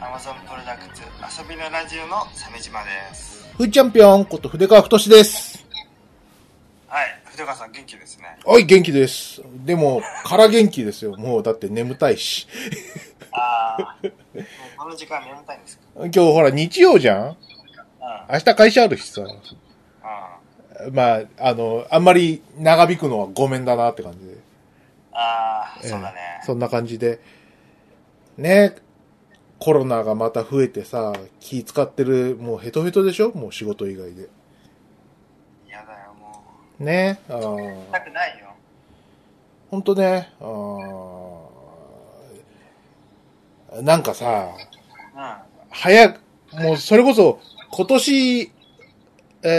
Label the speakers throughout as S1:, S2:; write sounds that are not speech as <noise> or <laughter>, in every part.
S1: ジャクツ遊びのラジオの鮫島です
S2: ふいチャンピオンこと筆川太です。
S1: はい筆川さん元気ですね
S2: おい、元気です。でも、から元気ですよ。もう、だって眠たいし。
S1: ああ <laughs> もうこの時間眠たいんですか
S2: 今日ほら、日曜じゃ
S1: う
S2: ん
S1: ん
S2: 明日会社あるしさ。
S1: あ
S2: まあ、あの、あんまり長引くのはごめんだなって感じで。
S1: あー
S2: ええ
S1: そうだね
S2: そんな感じで。ねコロナがまた増えてさ、気使ってる、もうヘトヘトでしょもう仕事以外で。
S1: 嫌だよも
S2: ねあ
S1: う
S2: ー
S1: したくないよ
S2: ほんとね、あーなんかさ、
S1: うんう
S2: 早く、もうそれこそ、今年、え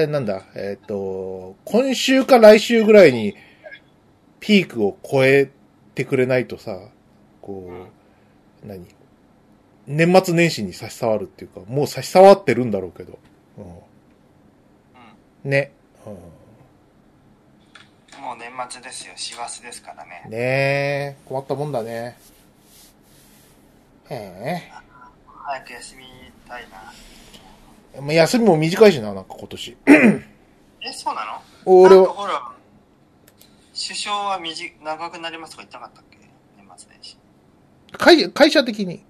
S2: ーなんだ、えっ、と、今週か来週ぐらいに、ピークを超えてくれないとさ、こう、何年末年始に差し障るっていうか、もう差し障ってるんだろうけど。うん、ね、うん
S1: もう年末ですよ師走ですからね
S2: ん。ねえ、困ったもんだね。へ
S1: 早く休みたいな
S2: え。まあ休みも短いしな、なんか今年。
S1: えそうなの
S2: 俺
S1: なんか
S2: は、
S1: ほら首相はみじ長くなりますとか言ってなかったっけ年末年始
S2: 会会社的に。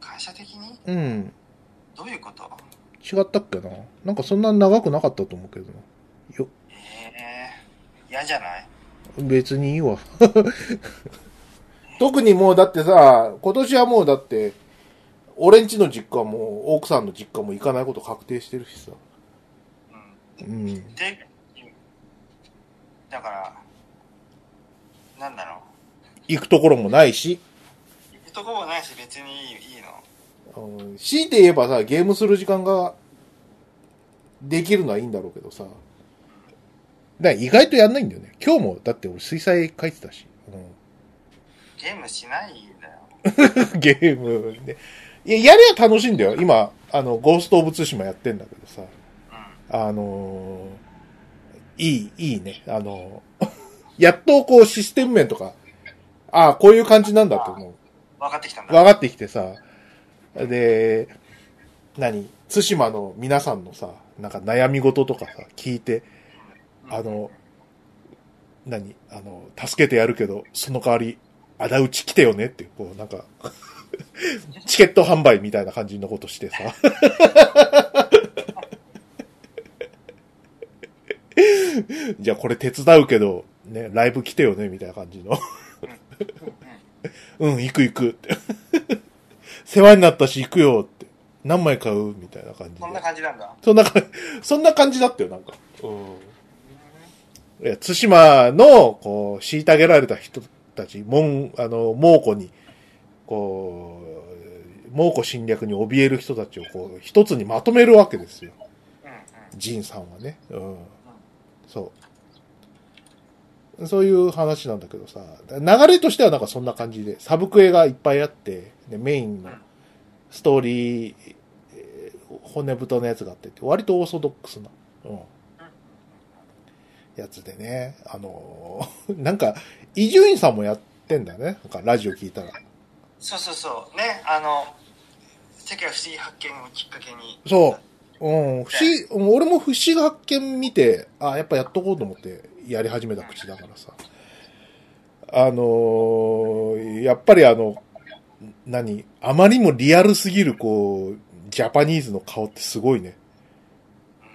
S1: 会社的に
S2: うん。
S1: どういうこと
S2: 違ったっけななんかそんな長くなかったと思うけどな。よ、
S1: ええ嫌じゃない
S2: 別にいいわ。 <laughs> 特にもうだってさ、今年はもうだって、俺んちの実家も奥さんの実家も行かないこと確定してるしさ。
S1: うん
S2: うん。
S1: で、だから、なんだろ
S2: 行くところもないし。
S1: う。行くとこもないし別にいいいいの。
S2: うん強いて言えばさ、ゲームする時間ができるのはいいんだろうけどさ。だから意外とやんないんだよね。今日もだって俺水彩描いてたし。うん
S1: ゲームしないんだよ。
S2: ゲームで。いや、やりゃ楽しいんだよ。今、あの、ゴースト・オブ・ツシマやってんだけどさ。
S1: うん。
S2: あのーいい、いいね。あのー <laughs> やっとこうシステム面とか、ああ、こういう感じなんだって思
S1: 分かってきたん
S2: う。
S1: だ。
S2: 分かってきてさ。で、何ツシマの皆さんのさ、なんか悩み事とかさ、聞いて、
S1: うん
S2: あの、何あの、助けてやるけど、その代わり、あだ討ち来てよねっていう、こう、な
S1: <laughs>
S2: んか、チケット販売みたいな感じのこ
S1: <laughs>
S2: としてさ。じゃあこれ手伝うけど、ね、ライブ来てよね、みたいな感じの。うん、行く行くって。 <laughs> 世話になったし行くよって。何枚買うみたいな感じで
S1: そんな感じなんだ。
S2: そんな感じ、そんな感じだったよ、なんか。うん。いや、津島の、こう、虐げられた人たち、もん、あの、猛虎に、こう、猛虎侵略に怯える人たちを、こう、一つにまとめるわけですよ。
S1: うんうん。
S2: 仁さんはね。うん。そう。そういう話なんだけどさ、流れとしてはなんかそんな感じで、サブクエがいっぱいあって、でメインのストーリー、えー骨太のやつがあってって、割とオーソドックスな、うん、やつでね、あのー <laughs> なんか、伊集院さんもやってんだよね、なんかラジオ聞いたら。
S1: そうそうそう。ね、あの、世界不思議発見をきっかけに。
S2: そう。うん、不思議、俺も不思議発見見て、あ、やっぱやっとこうと思ってやり始めた口だからさ。あのーやっぱりあの、何あまりにもリアルすぎる、こう、ジャパニーズの顔ってすごいね。
S1: うん。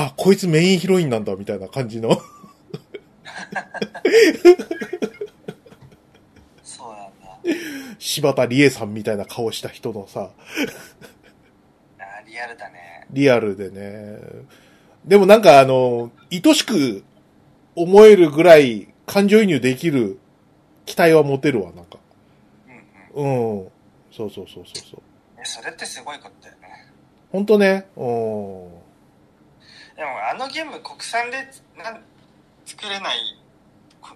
S2: あ、こいつメインヒロインなんだ、みたいな感じの。 <laughs>
S1: そうなんだ。
S2: 柴田理恵さんみたいな顔した人の
S1: あ
S2: さ、
S1: ーリアルだね。
S2: リアルでね。でもなんかあの、愛しく思えるぐらい感情移入できる期待は持てるわ、なんか。
S1: うんうん。
S2: うん。そうそうそうそうそう。
S1: えそれってすごいことだよね。
S2: ほんとね。うん。
S1: でもあのゲーム国産でなん作れないこ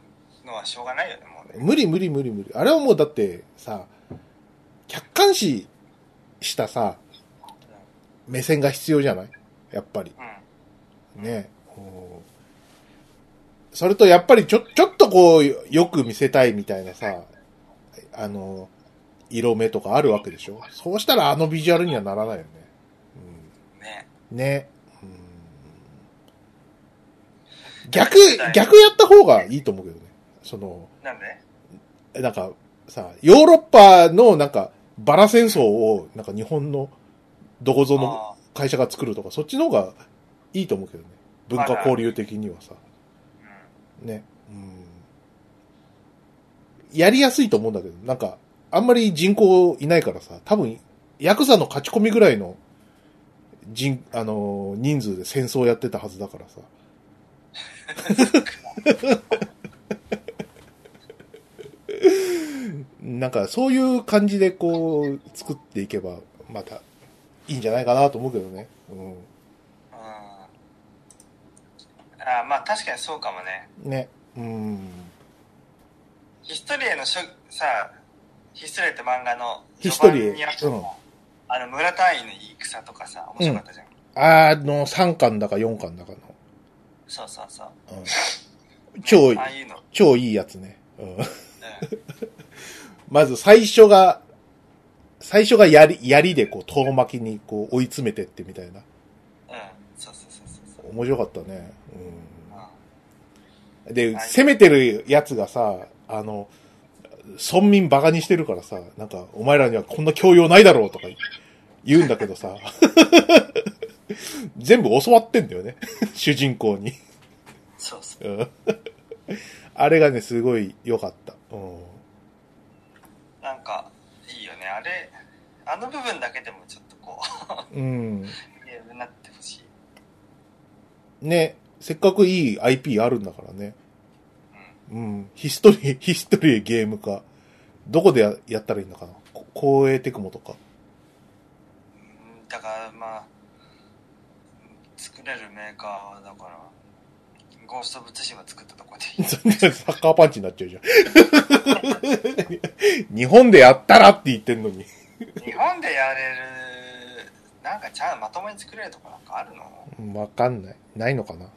S1: のはしょうがないよね、もうね。
S2: 無理無理無理無理。あれはもうだってさ、客観視したさ、目線が必要じゃないやっぱり。
S1: うん。
S2: ね。うんそれとやっぱりちょ、ちょっとこう、よく見せたいみたいなさ、あの、色目とかあるわけでしょそうしたらあのビジュアルにはならないよね。
S1: ね。
S2: うん、ね。うん、逆、逆やった方がいいと思うけどね。その、
S1: なんで
S2: なんかさ、ヨーロッパのなんかバラ戦争をなんか日本のどこぞの
S1: あ
S2: 会社が作るとか、そっちの方がいいと思うけどね。文化交流的にはさ。
S1: ー
S2: ね。うん。やりやすいと思うんだけど、なんか、あんまり人口いないからさ、多分、ヤクザの勝ち込みぐらいの人、あのー人数で戦争やってたはずだからさ。 <laughs> なんか、そういう感じでこう、作っていけば、また、いいんじゃないかなと思うけどね。う
S1: うん。うん。あーまあ確かにそうかもね。
S2: ん。ね。うん。
S1: ヒストリエのしょさ、ヒストリエって漫画の
S2: ヒストリエ
S1: にあったのあの村単位の言い草とかさ、面白かったじゃん。
S2: あの、3巻だか4巻だかの。
S1: そうそうそう。
S2: うん超、
S1: ああいうの。
S2: 超いいやつね。うん、
S1: うん。
S2: まず最初が、最初が槍、槍でこう、遠巻きにこう、追い詰めてってみたい
S1: う
S2: な。
S1: ん。そうそうそうそうそう。
S2: 面白かったね。
S1: う
S2: うん、で、攻めてるやつがさ、あの、村民バカにしてるからさ、なんか、お前らにはこんな教養ないだろうとか言うんだけどさ、 <laughs> 全部教わってんだよね。 <laughs> 主人公に。
S1: んそうそう。
S2: うんあれがね、すごい良かった。うん
S1: なんか、いいよね。あれ、あの部分だけでもちょっとこ
S2: うん。
S1: う、ゲームになってほしい。
S2: ね、せっかくいい IP あるんだからね。うん。ヒストリー、ヒ <laughs> ストリーゲーム化。どこでややったらいいのかなこ公営テクモと
S1: う
S2: か。 <laughs>
S1: んだからまあ作れるメーカーはだからゴースト・オブ・ツシマ作ったとこでいい
S2: そんなサッカーパンチになっちゃうじゃん。 <laughs> 日本でやったらって言ってんのに。
S1: 日本でやれるなんかちゃんまともに作れるとこなんかあるの
S2: わかんない。ないのかな、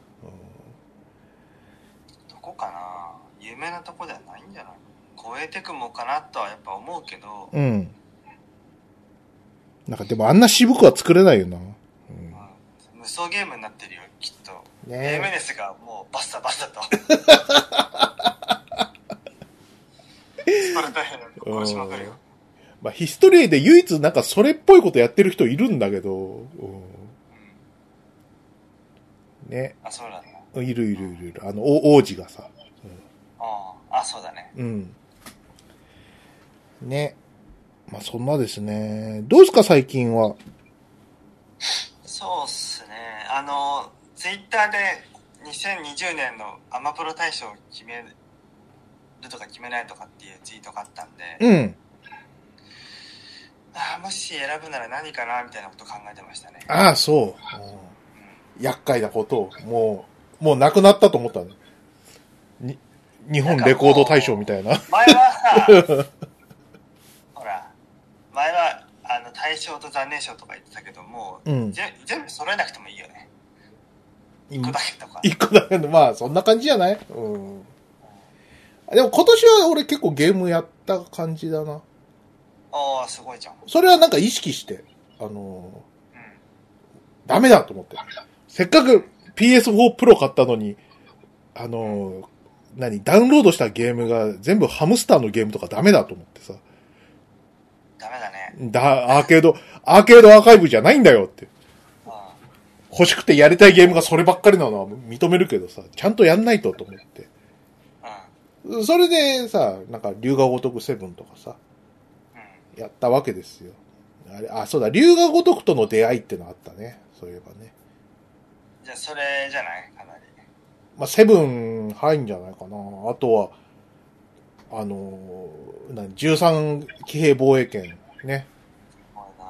S1: どこかな有名なとこではないんじゃない超えてくもかなとはやっぱ思うけど、
S2: うん、うん。なんかでもあんな渋くは作れないよな。うん
S1: うん無双ゲームになってるよきっとヘメ
S2: ね
S1: ネスがもうバッサバッサとスパルタ兵なんか殺しまくるよ
S2: まあ、ヒストリーで唯一なんかそれっぽいことやってる人いるんだけど、う
S1: うん
S2: ん、ね。
S1: あそうなんだ
S2: いるいるいるいる。あの、お王子がさ。
S1: ああそうだね
S2: うん。ね。まあ、そんなですね。どうですか、最近は。
S1: そうっすね。あの、ツイッターで2020年のアマプロ大賞を決めるとか決めないとかっていうツイートがあったんで、
S2: うん。
S1: あーもし選ぶなら何かなみたいなこと考えてましたね。
S2: ああ、そう。うん、厄介なことを、もう、もうなくなったと思ったね。に、日本レコード大賞みたいな。
S1: 前は
S2: <laughs>
S1: さ、ほら、前はあの大賞と残念賞とか言ってたけども、
S2: うん。
S1: ぜ全部揃えなくてもいいよね。1個だけとか。
S2: <laughs> 一個だけど、まあ、そんな感じじゃないうん。でも今年は俺結構ゲームやった感じだな。
S1: おー、すごいじゃん。
S2: それはなんか意識して、あのー
S1: う
S2: ダメだと思って。せっかく PS4 Pro 買ったのに、あのー何、ダウンロードしたゲームが全部ハムスターのゲームとかダメだと思ってさ。
S1: ん。ダメだね。
S2: だ、アーケード、アーケードアーカイブじゃないんだよって。
S1: うん。
S2: 欲しくてやりたいゲームがそればっかりなのは認めるけどさ、ちゃんとやんないとと思って。
S1: う
S2: それでさ、なんか、竜が如くセブンとかさ、
S1: ん。
S2: やったわけですよ。あれ、あ、そうだ、竜が如くとの出会いってのあったね。そういえばね。
S1: うん。じゃあ、それじゃないかなり。
S2: まあ、セブン入んじゃないかな。あとは、あのー、な13騎兵防衛権ね。
S1: 怖いな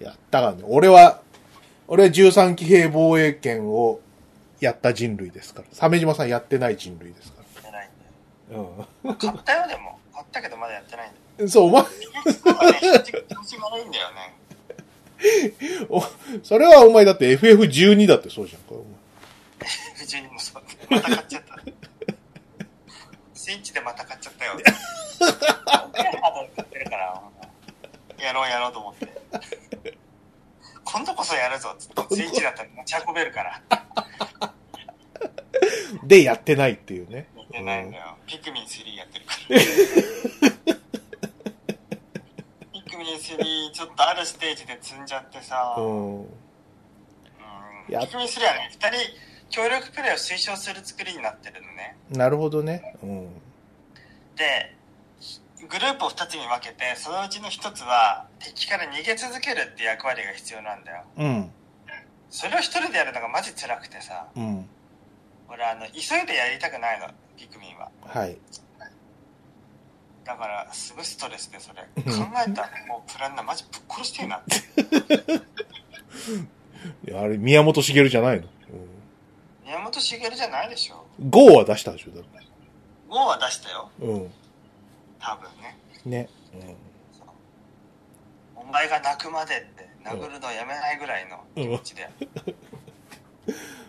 S1: ぁ。
S2: やったからね。俺は、俺は13騎兵防衛権をやった人類ですから。鮫島さんやってない人類ですか
S1: やってないんだよ
S2: ら。
S1: 買ったよでも買ったけどまだやってないんだよ
S2: うん。そう、お前、
S1: なんかね気持ち悪いんだよ <laughs> ね
S2: それはお前だって FF12 だってそうじゃんか。お前
S1: 普通にもそうまた買っちゃったスイッチでまた買っちゃったよ。お手肌買ってるから、ほんまやろうやろうと思って。今度こそやるぞっつって、スイッチだったら持ち運べるから。
S2: で、やってないっていうね。
S1: やってないのよ。ピクミン3やってる <laughs> から。ピクミン3、ちょっとあるステージで積んじゃってさ、
S2: う
S1: うん
S2: ん。うんや
S1: ピクミン3はね、2人協力プレイを推奨する作りになってるのね。
S2: なるほどね。うん。
S1: で、グループを2つに分けて、そのうちの1つは敵から逃げ続けるって役割が必要なんだよ。
S2: うん。
S1: それを1人でやるのがマジ辛くてさ、
S2: うん。
S1: 俺あの、急いでやりたくないの、ピクミンは。
S2: はい。
S1: だからすごいストレスでそれ
S2: うん
S1: 考えたらもうプランナーマジぶっ殺してえなって
S2: いやあれ、宮本茂じゃないの。
S1: 宮本茂じゃないでしょ
S2: うん。GO は出したでしょ、だって
S1: 5は出したよ
S2: うん。
S1: 多分ね
S2: ね。
S1: お前が泣くまでって殴るのやめないぐらいの気持ちで、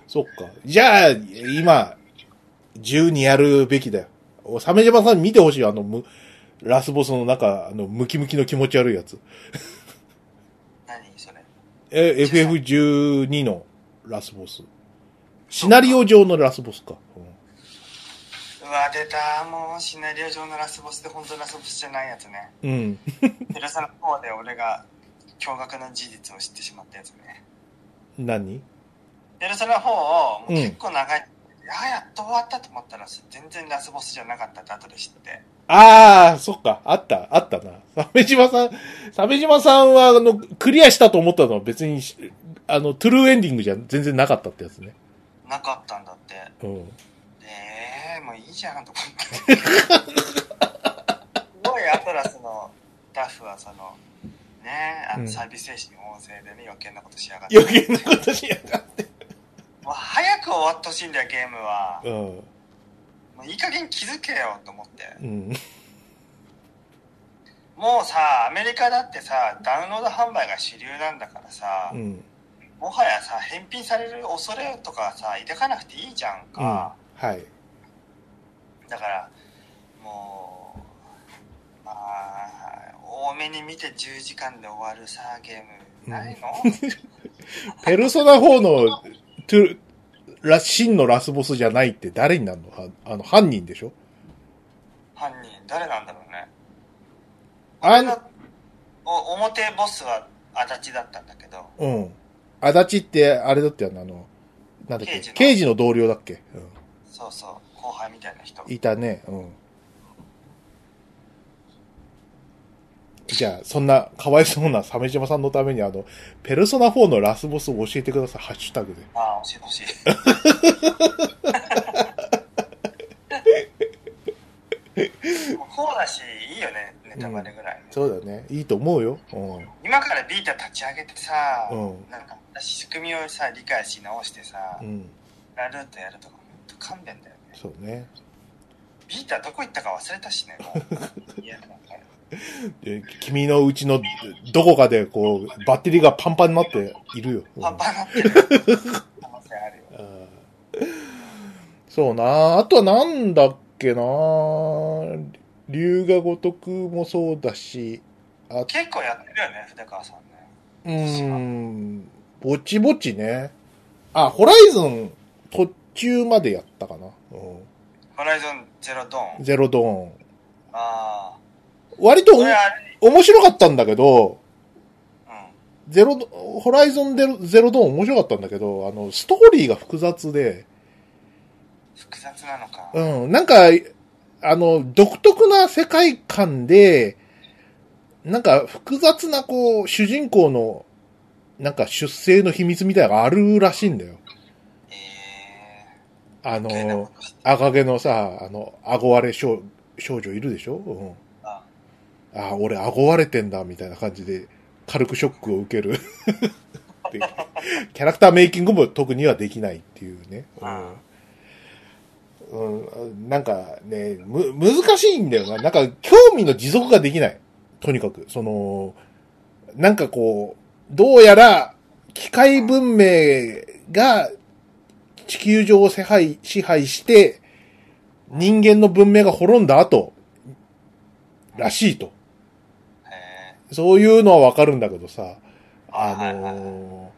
S2: そっか。じゃあ、今、自由にやるべきだよ。おサメジャバさん見てほしいよ、あの、む、ラスボスの中、あの、ムキムキの気持ち悪いやつ。
S1: 何それ
S2: え、FF12 のラスボス。シナリオ上のラスボスか。うん
S1: うわ出たもうシナリオ上のラスボスで本当のラスボスじゃないやつね <laughs>
S2: うん。
S1: 寺さんの方で俺が驚愕の事実を知ってしまったやつね
S2: 何
S1: 寺さんの方をもう
S2: うん
S1: 結構長い、あやっと終わったと思ったら全然ラスボスじゃなかったって後で知って
S2: ああ、そっか。あった、あったな。サメ島さん、サメ島さんは、あの、クリアしたと思ったのは別にし、あの、トゥルーエンディングじゃ全然なかったってやつね。
S1: なかったんだって
S2: うん。
S1: ええもういいじゃんと思
S2: <laughs>
S1: って。すごいアトラスのスタッフはその、ねえ、あ
S2: うん
S1: のサービス精神旺盛でね、余計なことしやがって。
S2: 余計なことしやがっ
S1: もう早く終わってほしいんだよ、ゲームは
S2: た。。うん。
S1: もういい加減気づけよと思って。
S2: うん。
S1: もうさ、アメリカだってさ、ダウンロード販売が主流なんだからさ、
S2: うん。
S1: もはやさ、返品される恐れとかさ、抱かなくていいじゃんか。
S2: はい。
S1: だからもうまあ多めに見て10時間で終わるさゲームない
S2: <laughs>
S1: の、
S2: ペルソナ4の、トゥル、ラ、真のラスボスじゃないって誰になるのはあの、犯人でしょ
S1: 犯人誰なんだろうね
S2: あん、
S1: お表ボスは足立だったんだけど
S2: うん。足立って、あれだったよね、あの、なんだ
S1: 刑
S2: っけ
S1: 事、の
S2: 刑事の同僚だっけう
S1: そうそう後輩みたいな人
S2: ん。いたね、うん。じゃあ、そんな、かわいそうな鮫島さんのために、あの、ペルソナ4のラスボスを教えてください、ハッシュタグで。
S1: ああ教えてほしいこうだしいいよねネタバレぐらい、
S2: そうだね。いいと思うよ。うん。
S1: 今からビータ立ち上げてさ、
S2: うん
S1: なんか仕組みをさ理解し直してさ、
S2: うん。
S1: ラルートやるとか、ほんと勘弁だよね。
S2: そうね。
S1: ビータどこ行ったか忘れたしね、も
S2: <laughs>
S1: う。いや、なんか
S2: え君のうちのどこかでこうバッテリーがパンパンになっているよ。うん
S1: パンパンになってる。可能性あるよ。
S2: あーそうなあとはなんだっけな龍が如くもそうだし、あ
S1: 結構やってるよね、筆川さんね。
S2: うーん、ぼちぼちね。あ、ホライズン途中までやったかな。う
S1: ホライゾンゼロド
S2: ん、
S1: ン。
S2: ゼロドーン。
S1: ああ。
S2: 割と
S1: こ
S2: お
S1: れあれ、
S2: 面白かったんだけど、
S1: う
S2: ゼロド、ホライゾンゼロゼロドーン面白かったんだけど、あの、ストーリーが複雑で、
S1: ん。複雑なのか。
S2: うん、なんか、あの、独特な世界観で、なんか複雑なこう、主人公の、なんか出生の秘密みたいなのがあるらしいんだよ。
S1: ええー。
S2: あ
S1: 余計なこ
S2: の、
S1: として
S2: 赤毛のさ、あの、顎割れ少少女いるでしょうん。
S1: あ
S2: ああ、俺顎割れてんだ、みたいな感じで、軽くショックを受ける <laughs> っていう。キャラクターメイキングも特にはできないっていうね。うんうん、なんかね、む、難しいんだよな。なんか、興味の持続ができない。とにかく、その、なんかこう、どうやら、機械文明が地球上を支配支配して、人間の文明が滅んだ後、らしいと。
S1: へ
S2: そういうのはわかるんだけどさ、
S1: は
S2: あ
S1: いはいはい
S2: のー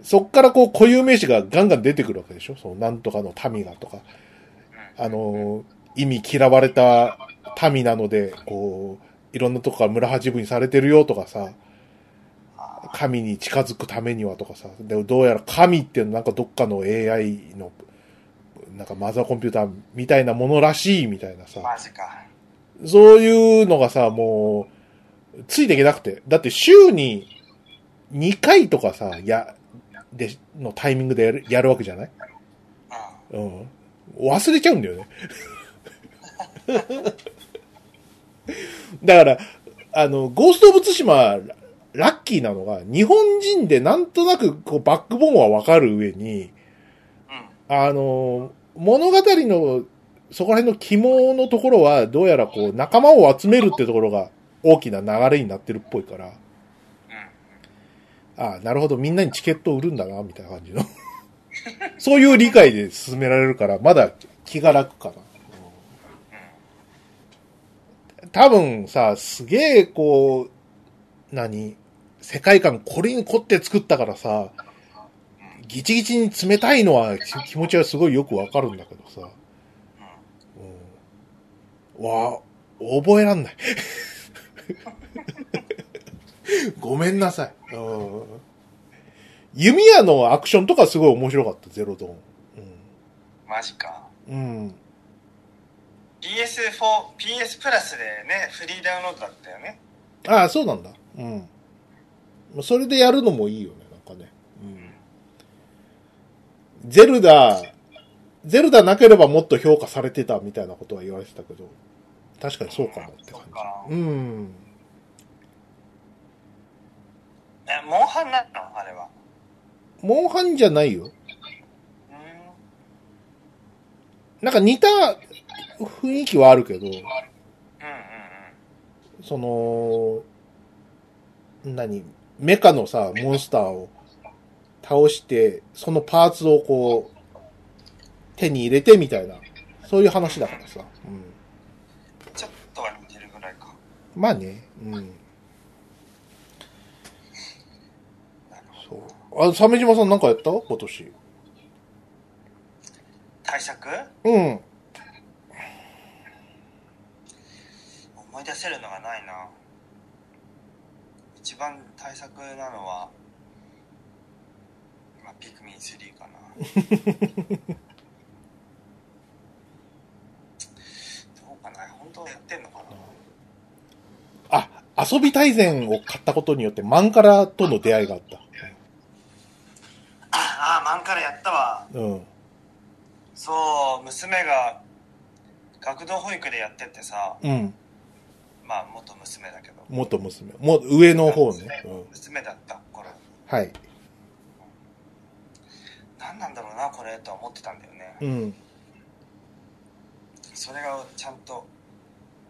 S2: そっからこう固有名詞がガンガン出てくるわけでしょそのなんとかの民がとか、
S1: ー
S2: あのー意味嫌われた民なので、こう、いろんなとこから村八分にされてるよとかさ、
S1: あ
S2: 神に近づくためにはとかさ、でもどうやら神っていうのはなんかどっかの AI の、なんかマザーコンピューターみたいなものらしいみたいなさ
S1: ー、マジか。
S2: そういうのがさ、もう、ついていけなくて。だって週に2回とかさ、や、で、のタイミングでやるやるわけじゃない
S1: うん。
S2: うん。忘れちゃうんだよね。 <laughs> だから、あの、ゴースト・オブ・ツシマ、ララッキーなのが、日本人でなんとなく、こう、バックボーンはわかる上に、
S1: うん。
S2: あの、物語の、そこら辺の肝のところは、どうやらこう、仲間を集めるってところが、大きな流れになってるっぽいから、ああ、なるほど、みんなにチケットを売るんだな、みたいな感じの。 <laughs> そういう理解で進められるから、まだ気が楽かな。多分さ、すげえ、こう、何世界観、これに凝って作ったからさ、ギチギチに冷たいのはき気持ちはすごいよくわかるんだけどさ、うん、わあ、覚えらんない。ごめんなさい。うん弓矢のアクションとかすごい面白かった、ゼロドーン。
S1: うん。マジか。
S2: うん。うん。
S1: PS4、PS プラスでね、フリーダウンロードだったよね。
S2: ああ、そうなんだ。うん。それでやるのもいいよね、なんかね。うん。ゼルダ、ゼルダなければもっと評価されてたみたいなことは言われてたけど、確かにそうかもって感
S1: そうか
S2: じ。うん。
S1: え、モンハンなのあれは。
S2: モンハンじゃないよ。
S1: うん。
S2: なんか似た雰囲気はあるけど、
S1: うんうんうん。
S2: その、何メカのさ、モンスターを倒して、そのパーツをこう、手に入れてみたいな、そういう話だからさ。う
S1: ちょっとは似てるぐらいか。
S2: ん、まあね、うん。
S1: なるほど。
S2: そう。あ、鮫島さんなんかやった今年。
S1: 対策
S2: うん。
S1: 思い出せるのがないな。一番対策なのは、まあ、ピクミン3かな。ど
S2: <laughs>
S1: うかな本当やってんのかな
S2: あ、遊び大全を買ったことによって、マンカラとの出会いがあった。
S1: ああ、マンカラやったわ。
S2: うん。
S1: そう、娘が学童保育でやっててさ、
S2: うん。
S1: まあ元娘だけど。
S2: 元娘。もう上の方ね。うん。
S1: 娘だった頃。
S2: はい。
S1: 何なんだろうな、これとは思ってたんだよね。
S2: うん。
S1: それがちゃんと、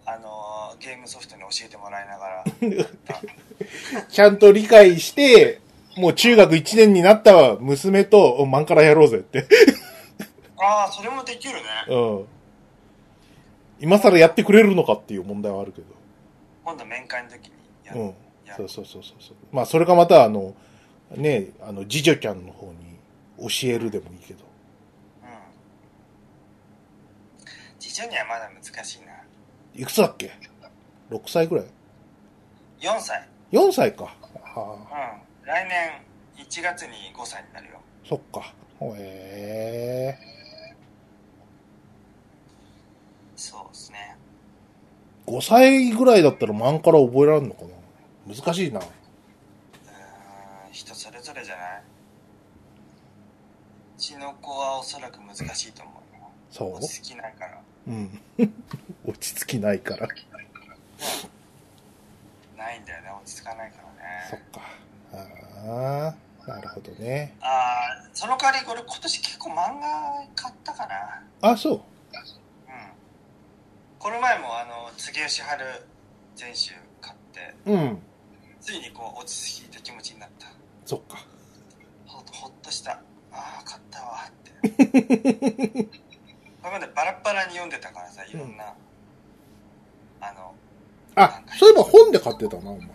S1: あのーゲームソフトに教えてもらいなが
S2: <laughs>
S1: ら。
S2: ちゃんと理解して、もう中学1年になった娘とおマンカラやろうぜって。
S1: ああ、それもできるね。
S2: <laughs> うん。今更やってくれるのかっていう問題はあるけど。
S1: 今度面会の時にやる。
S2: うん。
S1: や
S2: そ
S1: る
S2: うそうそうそうそう。まあ、それかまた、あの、ね、あの、次女ちゃんの方に教えるでもいいけど。
S1: うん。次女にはまだ難しいな。
S2: いくつだっけ ?6 歳ぐらい
S1: 4歳。
S2: ?4 歳か。はあ、
S1: うん。来年1月に5歳になるよ。
S2: そっか。へえ。
S1: そうですね。
S2: 5歳ぐらいだったらマンカラ覚えられるのかな難しいな。
S1: うーん人それぞれじゃないうちの子はおそらく難しいと思うよ
S2: そう
S1: 落ち着きないから
S2: うん。 <laughs> 落ち着きないから。
S1: ないんだよね落ち着かないから
S2: そっ
S1: ね
S2: か。ああ、なるほどね。
S1: ああその代わり俺今年結構漫画買ったかな
S2: あ、そ
S1: う
S2: う。
S1: んこの前もあの杉吉春全集買って
S2: うん。
S1: ついにこう落ち着いた気持ちになった
S2: そっか。
S1: ほっほっとしたああ買ったわってこれまでバラッバラに読んでたからさ、いろんな、あの、
S2: あ、そういえば本で買ってたな、お前。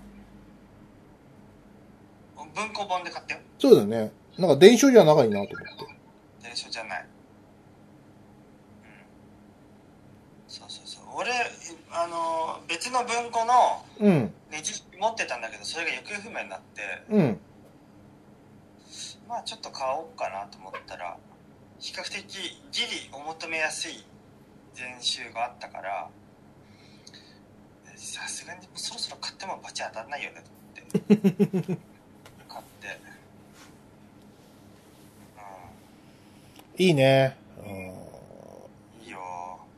S1: 文庫本で買ったよ。
S2: そうだよね。なんか電書じゃ長いなと思って。
S1: 電車じゃない。うん。そうそうそう。俺、あの、別の文庫の
S2: うん、
S1: ねじ式持ってたんだけど、それが行方不明になって、
S2: うん。
S1: まあちょっと買おうかなと思ったら、比較的ギリお求めやすい全集があったから、さすがにそろそろ買ってもバチ当たんないよねと思って。買って。
S2: いいね。うん
S1: うん、いいよ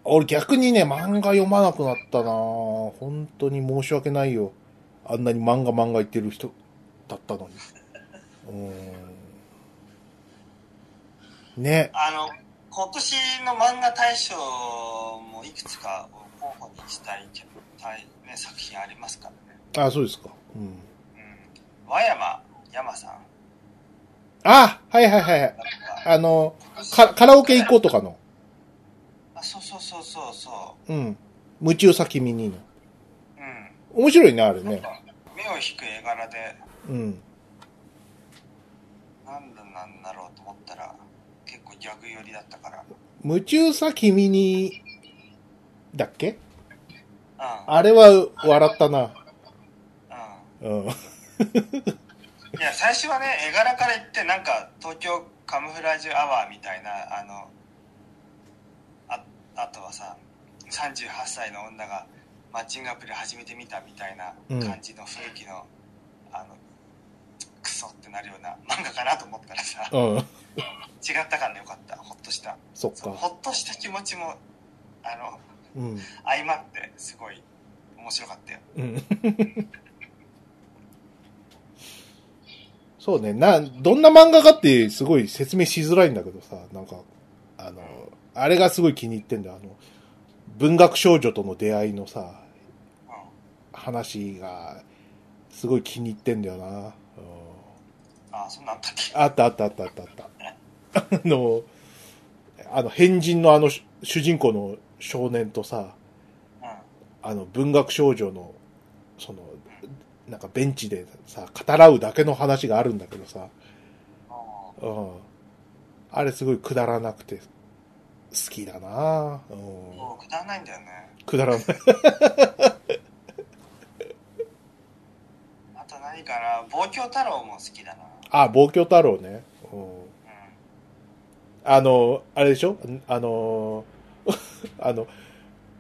S2: 俺逆にね、漫画読まなくなったなぁ本当に申し訳ないよ。あんなに漫画漫画言ってる人だったのに。うーん。ね。
S1: あの、今年の漫画大賞もいくつか候補にしたいけど、たいね、作品ありますからね。
S2: あ、そうですか。うん。
S1: うん。和山山さん。
S2: あはいはいはいはい。あの、かカラオケ行こうとかの。
S1: あ、そうそうそうそうそ
S2: うん。夢中さ君にの。
S1: う。うん。
S2: 面白いね、あれ
S1: なん
S2: ね。
S1: か目を引く絵柄で
S2: うん。
S1: なんでなんだろうと思ったら結構ギャグ寄りだったからう
S2: 夢中さ君に、だっけ
S1: ん
S2: あれは笑ったな。うん。
S1: うんいや最初はね絵柄から言ってなんか東京カムフラージュアワーみたいなあのああとはさ38歳の女がマッチングアプリ始めてみたみたいな感じの雰囲気の、あのクソってなるような漫画かなと思ったらさ
S2: うん。
S1: 違ったからねよかったほっとした
S2: そっ
S1: そう
S2: か。
S1: ほっとした気持ちもあの
S2: うん。
S1: 相まってすごい面白かったよ
S2: うん。そうね、な、どんな漫画かってすごい説明しづらいんだけどさ、なんか、あの、あれがすごい気に入ってんだよ、あの、文学少女との出会いのさ、
S1: うん
S2: 話が、すごい気に入ってんだよな。うん
S1: ああそんなんあったっけ
S2: あったあったあったあったあった。あの、あの、変人のあの、主人公の少年とさ、
S1: うん
S2: あの文学少女のそのなんかベンチでさ語らうだけの話があるんだけどさ、
S1: あ
S2: うん、あれすごいくだらなくて好きだな、う
S1: あ
S2: ん、
S1: もうくだらないんだよね
S2: くだらない
S1: あと何かな望郷太郎も好きだな
S2: あ望郷太郎ね、うん、
S1: う
S2: あのあれでしょあの <laughs> あの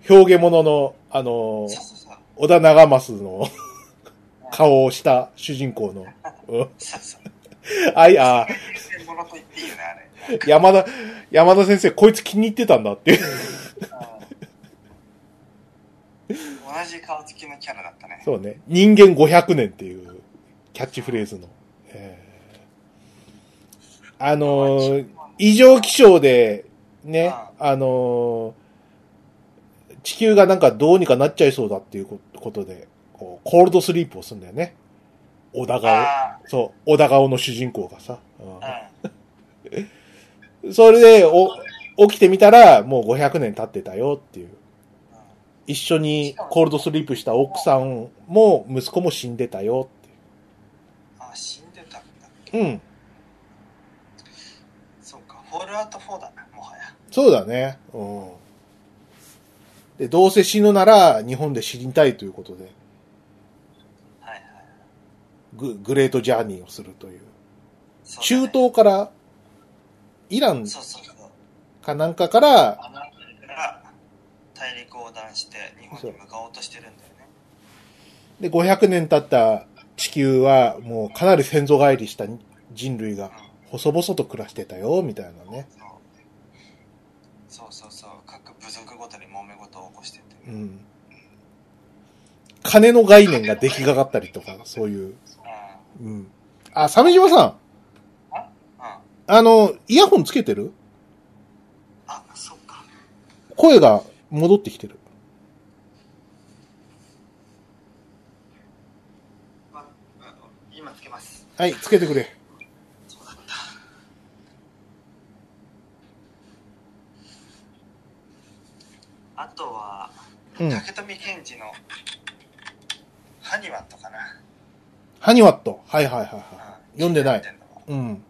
S2: 表現者のあの
S1: んそうそうそう
S2: 織田長政
S1: <laughs>
S2: の顔をした主人公の、うん、
S1: そうそう
S2: あいあ
S1: 偽物と言っていいよねあれ
S2: 山田山田先生こいつ気に入ってたんだっていう <laughs>
S1: うん同じ顔つきのキャラだったね
S2: そうね。人間500年っていうキャッチフレーズの。えーあのー異常気象で、ね、あのー地球がなんかどうにかなっちゃいそうだっていうことで、こうコールドスリープをするんだよね。小田顔。
S1: あ
S2: そう、小田顔の主人公がさ。う
S1: あ
S2: んそれで、お、起きてみたら、もう500年経ってたよっていう。
S1: うん、うん
S2: 一緒にコールドスリープした奥さんも息子も死んでたよっていう。
S1: あ死んでたんだ
S2: うん。
S1: そうかフォールアウト4だなもはや
S2: そうだね。うん。で、どうせ死ぬなら日本で死にたいということで、
S1: はいはい
S2: ググレートジャーニーをするという。
S1: そうだ
S2: 中
S1: ね
S2: 東から、イラン
S1: そうそうそう
S2: かなんかから、
S1: あの辺りから大陸横断して日本に向かおうとしてるんだよね
S2: で、500年経った地球はもうかなり先祖返りした人類が細々と暮らしてたよ、みたいなね。
S1: そうそうそうそう各部族ごとに揉め事を起こしてて、
S2: うん。金の概念が出来上がったりとか、そういう。
S1: う
S2: うん。あ、鮫島さん、
S1: んうん、
S2: あの、イヤホンつけてる
S1: あそっか
S2: 声が戻ってきてる。
S1: まあの今つけます
S2: はい、つけてくれ。
S1: そうだった
S2: うん
S1: 竹富健二の、ハニワットかな。
S2: ハニワット。はいはいはいは
S1: う
S2: い。読んでない
S1: 気。にってのは
S2: うん。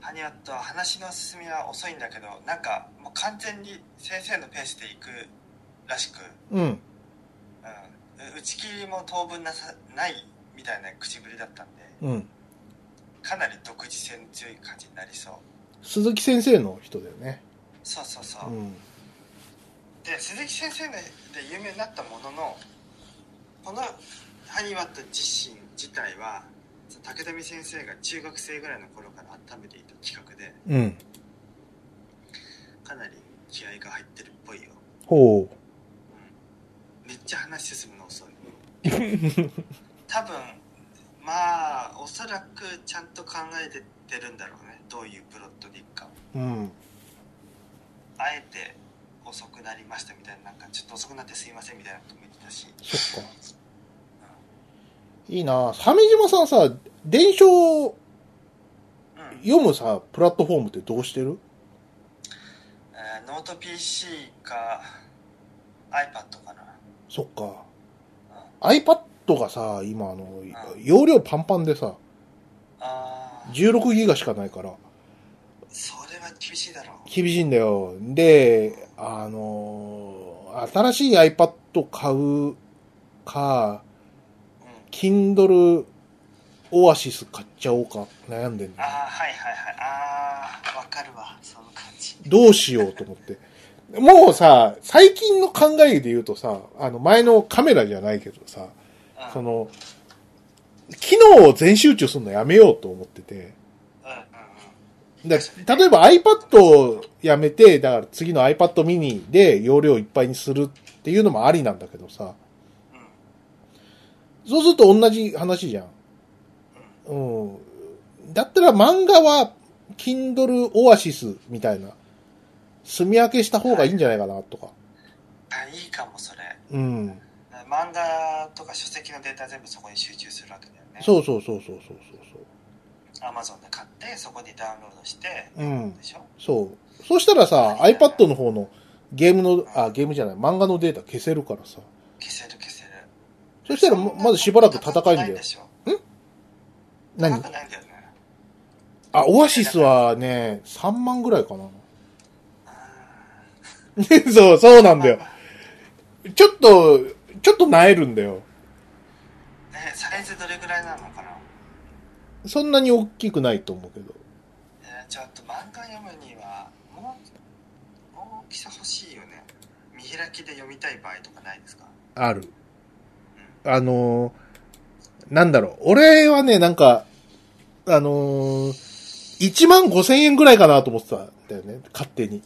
S1: ハニワットは話の進みは遅いんだけど、なんかもう完全に先生のペースで行くらしく、
S2: うん。
S1: うん、打ち切りも当分なさないみたいな口ぶりだったんで、
S2: うん。
S1: かなり独自性の強い感じになりそう。
S2: 鈴木先生の人だよね。
S1: そうそうそう。
S2: うん。
S1: で鈴木先生で有名になったもののこのハニワット自身自体は武富先生が中学生ぐらいの頃から温めていた企画で
S2: うん。
S1: かなり気合が入ってるっぽいよ
S2: ほ
S1: めっちゃ話進むの遅い多分まあおそらくちゃんと考えてってるんだろうねどういうプロットでいくかを
S2: う。うん。
S1: あえて遅くなりましたみたいななんかちょっと遅くなってすいませんみたいなことも言ってたし
S2: そっか。いいな鮫島さんさ、伝承
S1: うん
S2: 読むさ、プラットフォームってどうしてる
S1: えーノート PC か iPad かな、
S2: そっか。
S1: うん、
S2: iPad がさ、今あの、容量パンパンでさ、
S1: ああ
S2: 16ギガしかないから、
S1: それは厳しいだろう
S2: 厳しいんだよ。で、あのー新しい iPad 買うか、
S1: うん
S2: Kindle オアシス買っちゃおうか悩んでん
S1: あ
S2: だ
S1: あ
S2: よ
S1: はいはいはいああわかるわその感じ
S2: どうしようと思って。もうさ、最近の考えで言うとさ、あの前のカメラじゃないけどさ、
S1: うん
S2: その、機能を全集中するのやめようと思ってて。
S1: うんうんうん
S2: だ例えば iPad をやめて、だから次の iPad mini で容量いっぱいにするっていうのもありなんだけどさ、
S1: うん
S2: そうすると同じ話じゃん。うん。だったら漫画は Kindle Oasis みたいな、住み分けした方がいいんじゃないかなとか。
S1: あいいかもそれ
S2: うん。
S1: 漫画とか書籍のデータ全部そこに集中するわけだよね
S2: そうそうそうそうそうそう。
S1: Amazon で買ってそこにダウンロードして
S2: うん
S1: でしょ
S2: そう。そうしたらさ、iPad の方のゲームの、あ、ゲームじゃない、漫画のデータ消せるからさ。
S1: 消せる消せる
S2: そしたらままずしばらく戦えるんだよ
S1: で。しょ高
S2: 何
S1: くないんだよね
S2: あ、オアシスはね、3万ぐらいかな。 <laughs> そう、そうなんだよ。ちょっと、ちょっと萎えるんだよ。
S1: えサイズどれぐらいなのかな
S2: そんなに大きくないと思うけど。
S1: えーちょっと漫画読むにはもう大きさ欲しいよね見開きで読みたい場合とかないですか
S2: ある。あのーなんだろう。俺はね、なんか、あの1万5千円ぐらいかなと思ってたんだよね。勝手に。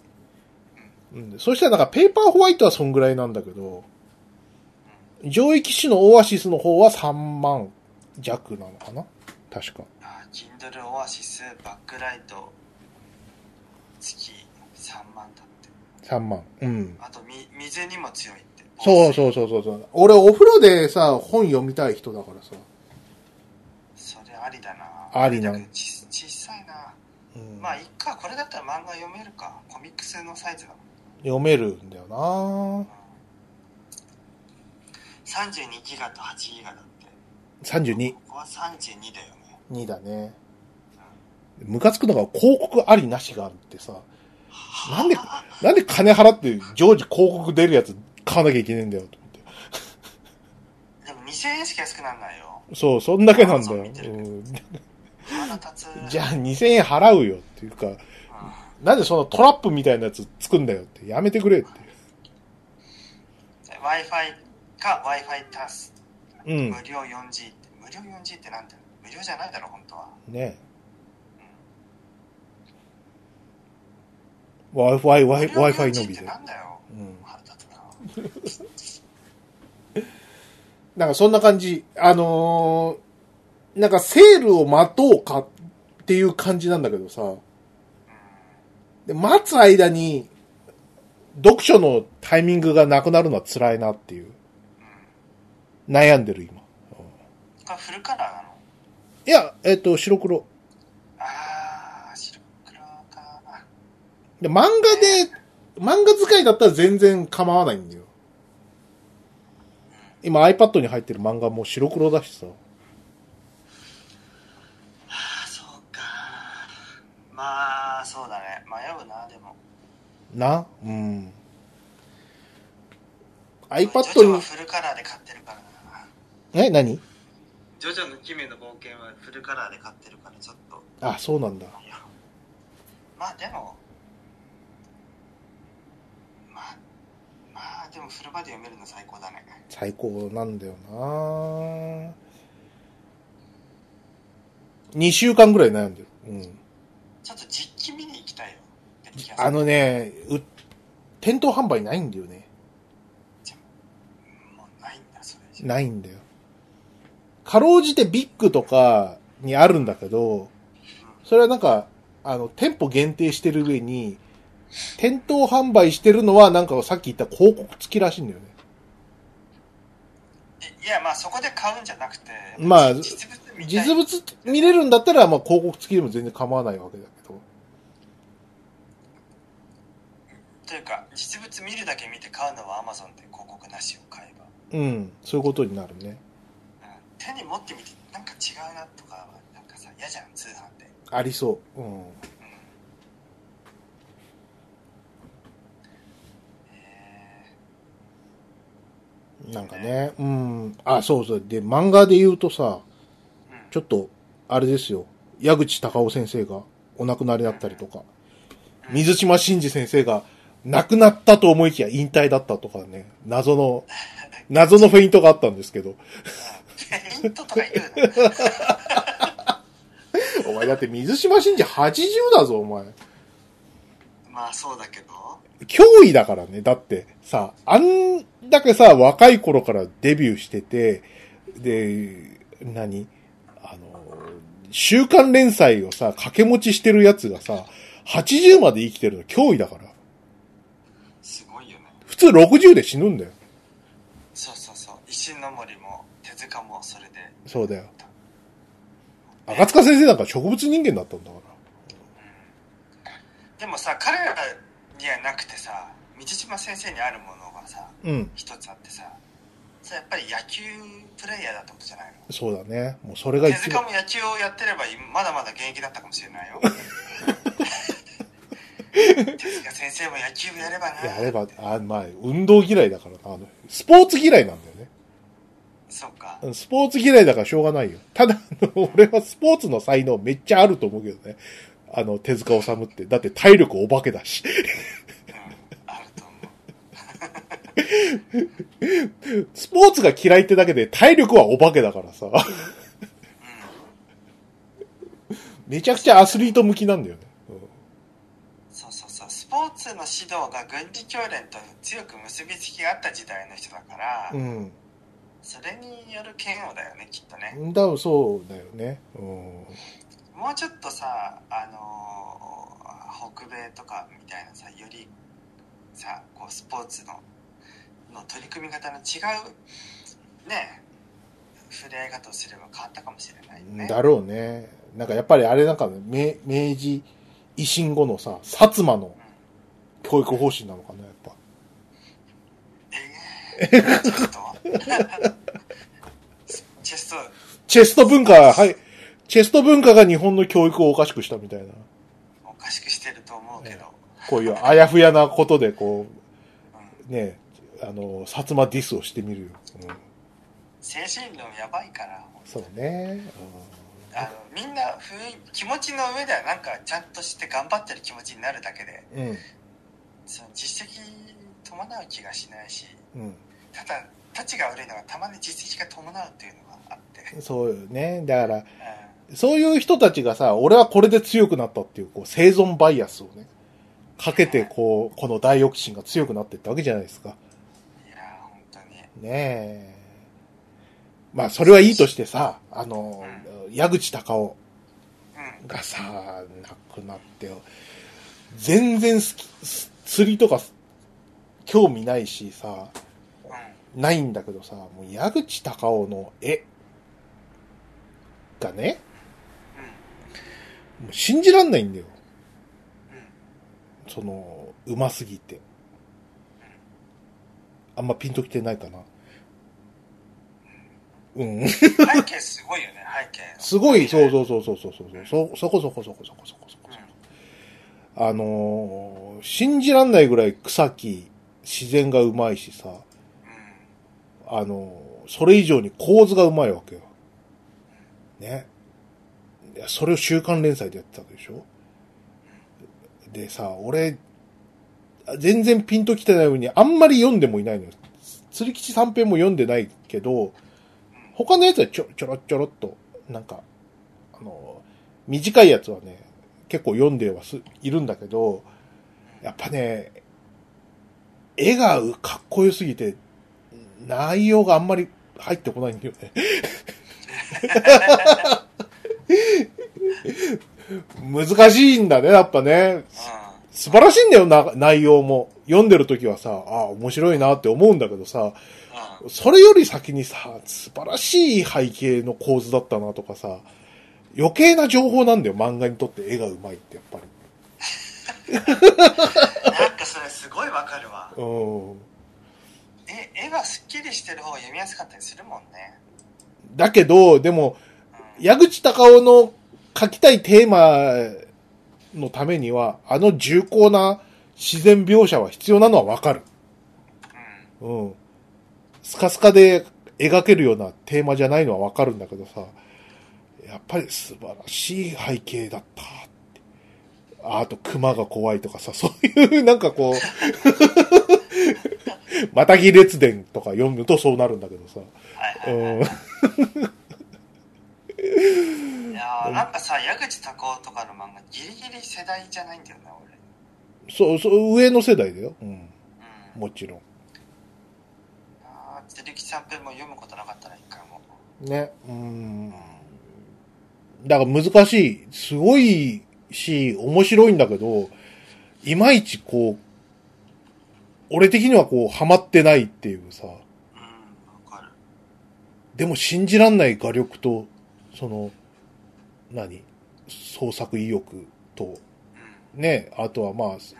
S2: うん。そしたらなんか、ペーパーホワイトはそんぐらいなんだけど、上位機種のオアシスの方は3万弱なのかな確か。
S1: あー Kindle Oasis バックライト月3万だって
S2: 3万。うん。
S1: あとみ水にも強いって
S2: そうそうそうそうそう。俺、お風呂でさ、本読みたい人だからさ。
S1: それありだな
S2: ありな
S1: だけどち小さいな
S2: うん
S1: まあいっかこれだったら漫画読めるかコミックスのサイズだもん
S2: 読めるんだよな
S1: 32ギガと8ギガだって
S2: 32
S1: こ。こは32だよね
S2: 2だね。ムカつくのが広告ありなしがあるってさ、なんで、なんで金払って常時広告出るやつ買わなきゃいけねえんだよと思っ
S1: でも2000円しか安くならないよ。
S2: て。そう、そんだけなん
S1: あそ
S2: だよ。
S1: う見てる
S2: うん
S1: 腹立つ。
S2: じゃあ2000円払うよっていうか、
S1: う
S2: なんでそのトラップみたいなやつつくんだよって、やめてくれって。
S1: ん Wi-Fi か Wi-Fi タス。
S2: うん
S1: 無。料 4G って。無料 4G ってなんだよ。無料じゃないだろ、本当は。
S2: ね Wi-Fi、Wi- Wi-Fi の
S1: 無料 4G っ
S2: びで
S1: て。なんだよ。
S2: うん。
S1: 腹立つな。
S2: なんかそんな感じ。あのーなんかセールを待とうかっていう感じなんだけどさ。で、待つ間に、読書のタイミングがなくなるのは辛いなっていう。悩んでる今。
S1: これフルカラーなの
S2: いや、えっ、と、白黒。
S1: あー、白黒か。
S2: で、漫画で、漫画使いだったら全然構わないんだよ。
S1: う
S2: 今 iPad に入ってる漫画も白黒だしさ。
S1: あそうかまあそうだね迷うなでも
S2: なうん。
S1: ジョジョ
S2: iPad
S1: は
S2: に、
S1: フルカラーで買ってるからな
S2: え、何
S1: ジョジョの奇妙の冒険はフルカラーで買ってるからちょっと
S2: あ、そうなんだ。
S1: いやまあでもまあまあでもフルバで読めるの最高だね
S2: 最高なんだよな2週間ぐらい悩んでる。うん。
S1: ちょっと実機見に行きたいよって気がする
S2: あのね、う店頭販売ないんだよね。
S1: もうないんだそれじゃ
S2: ないんだよ。かろうじてビッグとかにあるんだけど、それはなんか、あの、店舗限定してる上に、店頭販売してるのはなんかさっき言った広告付きらしいんだよね。
S1: いやまあそこで買うんじゃなくて
S2: まあ
S1: 実物見たい
S2: 実物見れるんだったら、まあ広告付きでも全然構わないわけだけど。
S1: というか実物見るだけ見て買うのはアマゾンで広告なしを買えば、
S2: うん、そういうことになるね。
S1: うん手に持ってみてなんか違うなとかはなんかさ嫌じゃん通販で、
S2: ありそう。うん。
S1: うんえ
S2: なんかね、うん。あ、そうそう。で、漫画で言うとさ、
S1: ーうん <laughs>
S2: ちょっと、あれですよ。矢口隆夫先生がお亡くなりだったりとか、水島真嗣先生が亡くなったと思いきや引退だったとかね、謎の、謎のフェイントがあったんですけど、
S1: ペイントとか言うな
S2: お前だって水島真嗣80だぞ、お前。
S1: まあそうだけど
S2: 脅威だからね。だってさ、あんだけさ、若い頃からデビューしてて、で、何あの、週刊連載をさ、掛け持ちしてるやつがさ、80まで生きてるの脅威だから。
S1: すごいよね
S2: 普通60で死ぬんだよ。
S1: そうそうそう石ノ森も手塚もそれで
S2: そうだよ。赤塚先生なんか植物人間だったんだか
S1: でもさ彼らにはなくてさ道島先生にあるものがさ
S2: ら。うん。
S1: 一つあってさそれやっぱり野球プレイヤーだってことじゃないの
S2: そうだね。もうそれが
S1: 手
S2: 一
S1: 塚
S2: 番。
S1: も野球をやってればまだまだ現役だったかもしれ
S2: <laughs>
S1: ないよ手塚先生も野球部やればな
S2: やれば、あ、まあ、運動嫌いだからな。あの、スポーツ嫌いなんだよね。
S1: そうか
S2: うんスポーツ嫌いだからしょうがないよ。ただ、あの俺はスポーツの才能めっちゃあると思うけどね。あの、手塚治虫って。だって体力お化けだし。
S1: うんあると思う
S2: スポーツが嫌いってだけで体力はお化けだからさ。めちゃくちゃアスリート向きなんだよね。
S1: そうそうそうスポーツの指導が軍事教練と強く結びつきがあった時代の人だから、
S2: うん。
S1: それによる嫌悪だよねきっとね、
S2: うんだ、そうだよね。うん。
S1: もうちょっとさあのー北米とかみたいなさよりさこうスポーツのの取り組み方の違うね触れ合い方をすれば変わったかもしれないよね
S2: だろうね。なんかやっぱりあれなんかね、明明治維新後のさ、薩摩の教育方針なのかな、やっぱ。
S1: えー、ちょっと <laughs> ちょっと
S2: チェスト文化、はい。チェスト文化が日本の教育をおかしくしたみたいな。
S1: おかしくしてると思うけど、
S2: こういうあやふやなことで、こう、ね、あの、薩摩ディスをしてみるよ。うん、
S1: 精神論やばいから
S2: そうね。
S1: あのみんな雰囲気持ちの上ではなんかちゃんとして頑張ってる気持ちになるだけで
S2: うん。うん。
S1: その実績伴う気がしないし
S2: うん
S1: ただたちが悪いのがたまに実績が伴うっていうのがあって、
S2: そうよね。だから、
S1: う
S2: そういう人たちがさ、俺はこれで強くなったっていう、こう、生存バイアスをね、かけて、こう、このダイオキシンが強くなっていったわけじゃないですか。
S1: ん、いやー本当に
S2: ねえ。まあ、それはいいとしてさ、あの、矢口隆夫。
S1: うん
S2: がさ、なくなってよ。全然好き、す釣りとか、興味ないしさ、
S1: う
S2: ないんだけどさ、もう矢口隆夫の絵がね、もう信じらんないんだよ。
S1: んうんうん
S2: その、うますぎて。あんまピンときてないかな。うん。
S1: 背景すごいよね、背景。
S2: すごい、そう
S1: う。
S2: そうそうそうそうそうそう。そ、そこそこそこそこそこそこ
S1: う。ん
S2: あのー信じらんないぐらい草木、自然がうまいしさ、あのーそれ以上に構図がうまいわけよ。ね。いやそれを週刊連載でやってたわけでしょでさ、俺、全然ピンときてないように、あんまり読んでもいないのよ。釣り吉三平も読んでないけど、他のやつはちょ、ちょろちょろっと、なんか、あの、短いやつはね、結構読んではす、いるんだけど、やっぱね、絵がかっこよすぎて、内容があんまり入ってこないんだよね。難しいんだね、やっぱ
S1: う
S2: ね。素晴らしいんだよ、な、内容も。読んでる時はさ、ああ、面白いなって思うんだけどさ、
S1: ん。うん。
S2: それより先にさ、素晴らしい背景の構図だったなとかさ、余計な情報なんだよ、漫画にとって絵がうまいって、やっぱり。
S1: なんかそれすごいわかるわ。
S2: うん。
S1: え、絵がすっきりしてる方が読みやすかったりするもんね。
S2: だけど、でも、
S1: うん。
S2: 矢口隆夫の書きたいテーマのためには、あの重厚な自然描写は必要なのはわかる。
S1: うん
S2: うん。スカスカで描けるようなテーマじゃないのはわかるんだけどさ、やっぱり素晴らしい背景だったって。ああと熊が怖いとかさ、そういうなんかこう、 <laughs> またぎ列伝とか読むとそうなるんだけどさ。
S1: はいは
S2: う
S1: いはい。
S2: ん。
S1: いやーなんかさ、矢口孝夫とかの漫画、ギリギリ世代じゃないんだよね、俺。
S2: そう、そう、上の世代だよ。うん。
S1: うん。
S2: もちろん。
S1: あー、釣り吉さんペンも読むことなかったら一回も。
S2: ね。うん。だから難しい。すごいし、面白いんだけど、いまいちこう、俺的にはこう、ハマってないっていうさ。
S1: うん、わかる。
S2: でも信じらんない画力と、その、何創作意欲と、
S1: う
S2: ね。あとはまあ、ス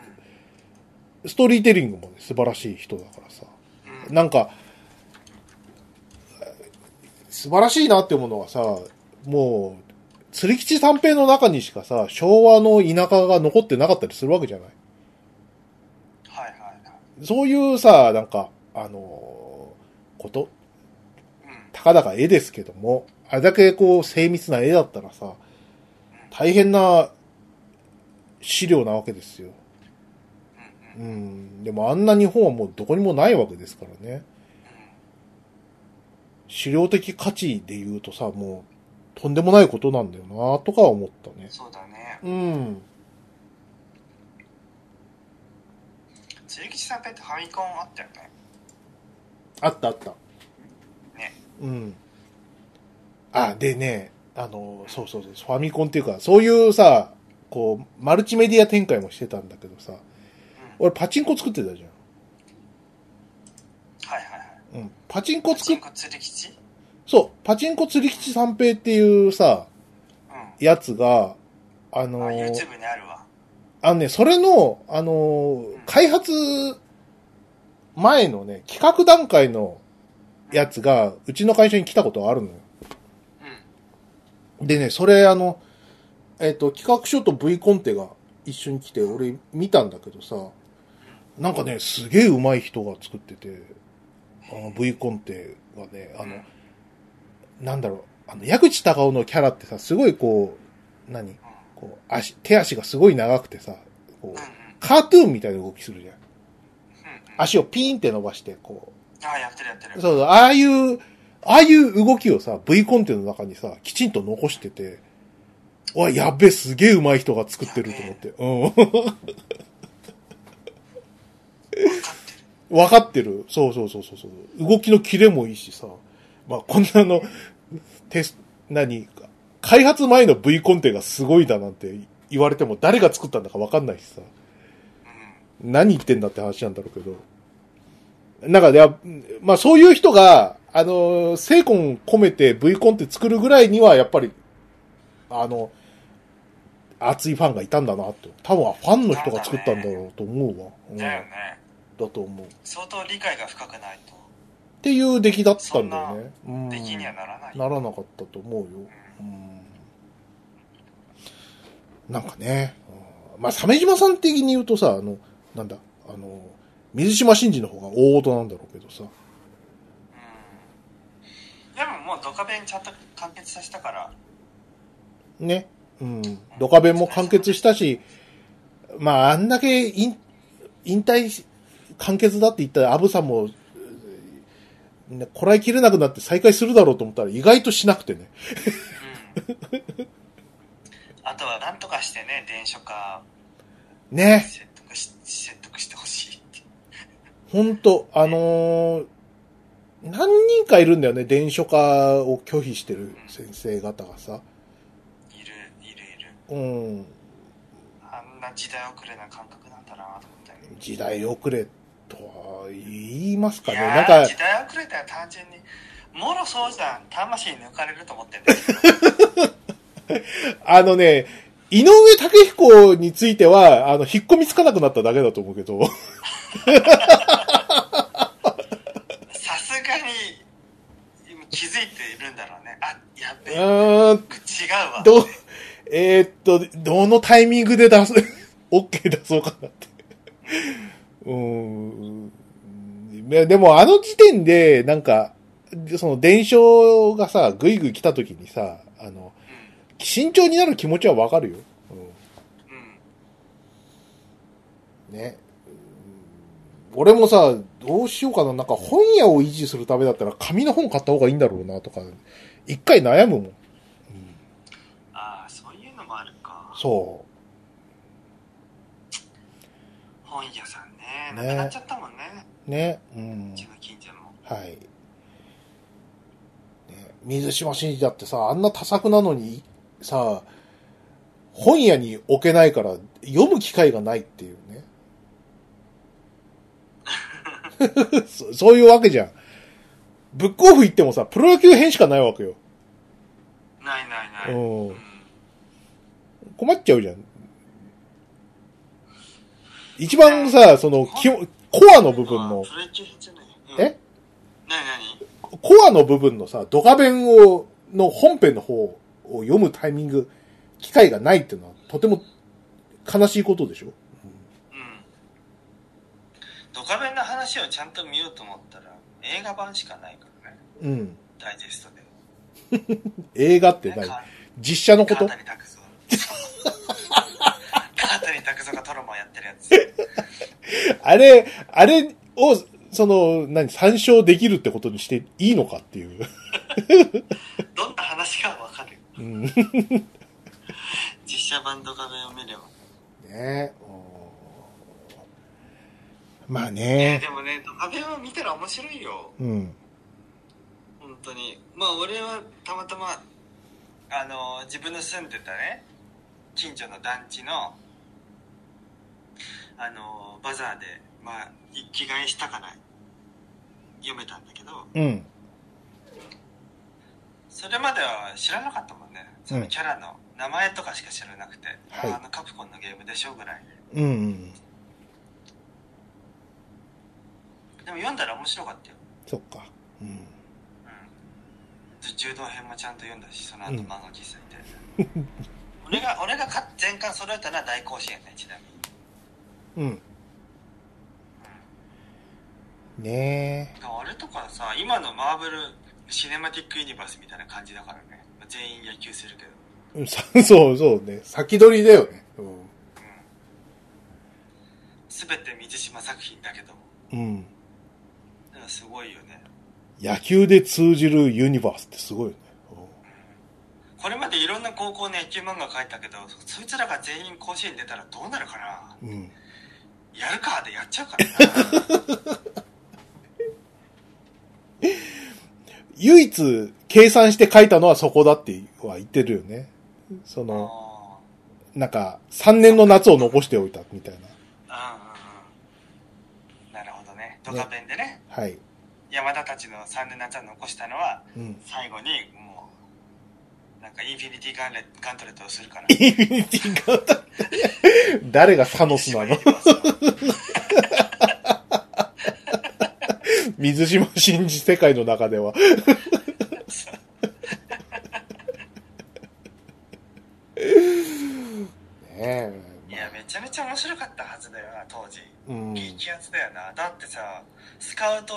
S2: ストーリーテリングも、ね、素晴らしい人だからさ。
S1: ん。うん。
S2: なんか、素晴らしいなって思うのはさ、もう、釣り吉三平の中にしかさ、昭和の田舎が残ってなかったりするわけじゃない。
S1: はいはいはい。
S2: そういうさ、なんか、あのーこと、
S1: うん。
S2: たかだか絵ですけども、あれだけこう精密な絵だったらさ、大変な資料なわけですよ。
S1: うん。うん。
S2: う
S1: うん。
S2: ん。でもあんな日本はもうどこにもないわけですからね。資料的価値で言うとさ、もう、とんでもないことなんだよな、とか思ったね。
S1: そうだね。
S2: うん。
S1: 釣り吉さんペンってファミコンあったよね。
S2: あったあった。
S1: ね。
S2: うん。あ、でね、あの、そうそうそう、ファミコンっていうか、そういうさ、こう、マルチメディア展開もしてたんだけどさ、
S1: うん。
S2: 俺パチンコ作ってたじゃ
S1: はいはいはい。
S2: ん。うん。パチンコ
S1: パチ
S2: 作
S1: ン
S2: っ、
S1: コ釣り吉うん。
S2: そう、パチンコ釣り吉三平っていうさ、やつが、あ
S1: あ、
S2: の
S1: YouTube にあるわ。
S2: あのね、それの、あのー
S1: ん
S2: 開発前のね、企画段階のやつが、うちの会社に来たことがあるのよ。
S1: うん。
S2: でね、それあの、えっ、と、企画書と V コンテが一緒に来て、俺見たんだけどさ、なんかね、すげえ上手い人が作ってて、あの V コンテがね、あの、なんだろう、あの、矢口隆夫のキャラってさ、すごいこう、何こう、足、手足がすごい長くてさ、こ
S1: うん。うん。うん。う、
S2: うんカートゥーンみたいな動きするじゃん。
S1: うん。
S2: 足をピーンって伸ばして、こ
S1: あ、やってるやって
S2: う。
S1: る。
S2: そうそう、ああいう、ああいう動きをさ、V コンテの中にさ、きちんと残してて、わ、やっべ、すげえ上手い人が作ってると思って。
S1: 分かってる。
S2: うん。わかってる。そうそうそうそうそう。動きのキレもいいしさ、まあ、こんなの、テス、何か、開発前の V コンテがすごいだなんて言われても誰が作ったんだかわかんないしさ。
S1: う。
S2: 何言ってんだって話なんだろうけど。なんか、いや、まあそういう人が、あの、精魂込めて V コンって作るぐらいには、やっぱり、あの、熱いファンがいたんだなって。多分ファンの人が作ったんだろうと思うわ。うんん、
S1: だよ
S2: だ
S1: ね。
S2: と思う。
S1: 相当理解が深くないと。
S2: っていう出来だったんだよね。うん。
S1: 出来にはならない。
S2: ならなかったと思うよ。うん。なんかね、うんまあ、鮫島さん的に言うとさ、あの、なんだ、あの、水島新司の方が大事なんだろうけどさ。
S1: うん。でももうドカベンちゃんと完結させたから、
S2: ね。うん。ドカベンも完結したし、まあ、あんだけ引引退し完結だって言ったら、アブさんも、ねこらえきれなくなって再開するだろうと思ったら、意外としなくてね。 <laughs>
S1: うん。あとはなんとかしてね、電書化
S2: ね。
S1: 説得し、説得してほしいって。
S2: ほんと、あのー何人かいるんだよね、伝書化を拒否してる先生方がさ。
S1: いる、いる、いる。
S2: うん。
S1: あんな時代遅れな感覚なんだなと思ったよね。
S2: 時代遅れとは言いますか
S1: い
S2: ね。
S1: や
S2: なん
S1: ー
S2: か
S1: 時、代遅れたら単純に、もろそうじゃん。魂抜かれると思ってんだ
S2: <laughs>
S1: けど。
S2: あのね、井上武彦については、あの、引っ込みつかなくなっただけだと思うけど、
S1: さすがに、今気づいているんだろうね。あ、や
S2: う
S1: べえ、
S2: ーん、
S1: 違うわ。
S2: ど、えーっと、どのタイミングで出す、OK <laughs> 出そうかなって。うーん。いやでも、あの時点で、なんか、その、伝承がさ、ぐいぐい来た時にさ、あの、慎重になる気持ちはわかるよ。うん
S1: うん。うん。
S2: ね。うん俺もさ、どうしようかな。なんか本屋を維持するためだったら紙の本買った方がいいんだろうなとか、一回悩むもん。
S1: ああ、そういうのもあるか。
S2: そ
S1: 本屋さんね。な
S2: ね
S1: くなっちゃったもんね。
S2: う。ね。うん
S1: う。ちの近所も。
S2: はい。ね、水島新司だってさ、あんな多作なのに、さ、本屋に置けないから読む機会がないっていうね。そそういうわけじゃん。ブックオフ行ってもさ、プロ野球編しかないわけよ。
S1: ないないない。
S2: うん
S1: うん。
S2: 困っちゃうじゃん。一番さ、その、きコアの部分の
S1: あ、プロ野球編じゃない。うん
S2: え
S1: なになに
S2: コアの部分のさ、ドカ弁を、の本編の方を読むタイミング、機会がないっていうのは、とても悲しいことでしょ
S1: うん。ドカベンの話をちゃんと見ようと思ったら、映画版しかないからね。
S2: うん。
S1: ダイジェストで。
S2: 映画って何
S1: か
S2: 実写のこ
S1: カー
S2: と
S1: タリタク <laughs> ゾカータリタクゾがトロマンやってるやつ。
S2: あれ、あれを、その、何、参照できるってことにしていいのかっていう。
S1: どんな話かわかる。
S2: うん。
S1: 実写版ドカベンを見れば。
S2: ねうんまあ
S1: え
S2: ね。
S1: でもね、ドカベンを見たら面白いよ。
S2: うん。
S1: 本当に。まあ俺はたまたま、あの自分の住んでたね、近所の団地の、あのバザーで、まあ、一気買いしたから、読めたんだけど、
S2: うん。
S1: それまでは知らなかったもんね。そのキャラの名前とかしか知らなくて、
S2: はい
S1: あのカプコンのゲームでしょぐらい
S2: うんうん。
S1: で。でも読んだら面白かったよ。
S2: そっか。うん。
S1: うん。柔道編もちゃんと読んだし、その後
S2: うん
S1: 漫画喫茶行って。俺が、俺がか全巻揃えたのは大甲子園ね、ちなみに。
S2: うん。ね
S1: だからあれとかさ、今のマーブルシネマティックユニバースみたいな感じだからね。まあ全員野球するけど。
S2: え。うんさ <laughs> そうそうね。先取りだよね。
S1: すべて水島作品だけども。
S2: うん。うん。
S1: だからすごいよね。
S2: 野球で通じるユニバースってすごいよね。
S1: これまでいろんな高校の野球漫画書いたけど、そいつらが全員甲子園出たらどうなるかな
S2: うんうん。
S1: やるかでやっちゃうからな。
S2: 唯一計算して書いたのはそこだっては言ってるよね。その、
S1: あ
S2: なんか、3年の夏を残しておいたみたいな。
S1: あうんうんうん。なるほどね。ドカベンでね、
S2: はい。
S1: 山田たちの3年夏を残したのは、
S2: うん。
S1: 最後にもう、なんかインフィニティガンレガントレットをするから。
S2: インフィニティガンダム誰がサノスな
S1: 水
S2: の
S1: 島ユニバースの
S2: 水水島新司世界の
S1: <laughs>
S2: 中では。
S1: い
S2: ねえ。
S1: や、めちゃめちゃ面白かったはずだよな、当時。
S2: うん。
S1: 激アツだよな。だってさ、スカウト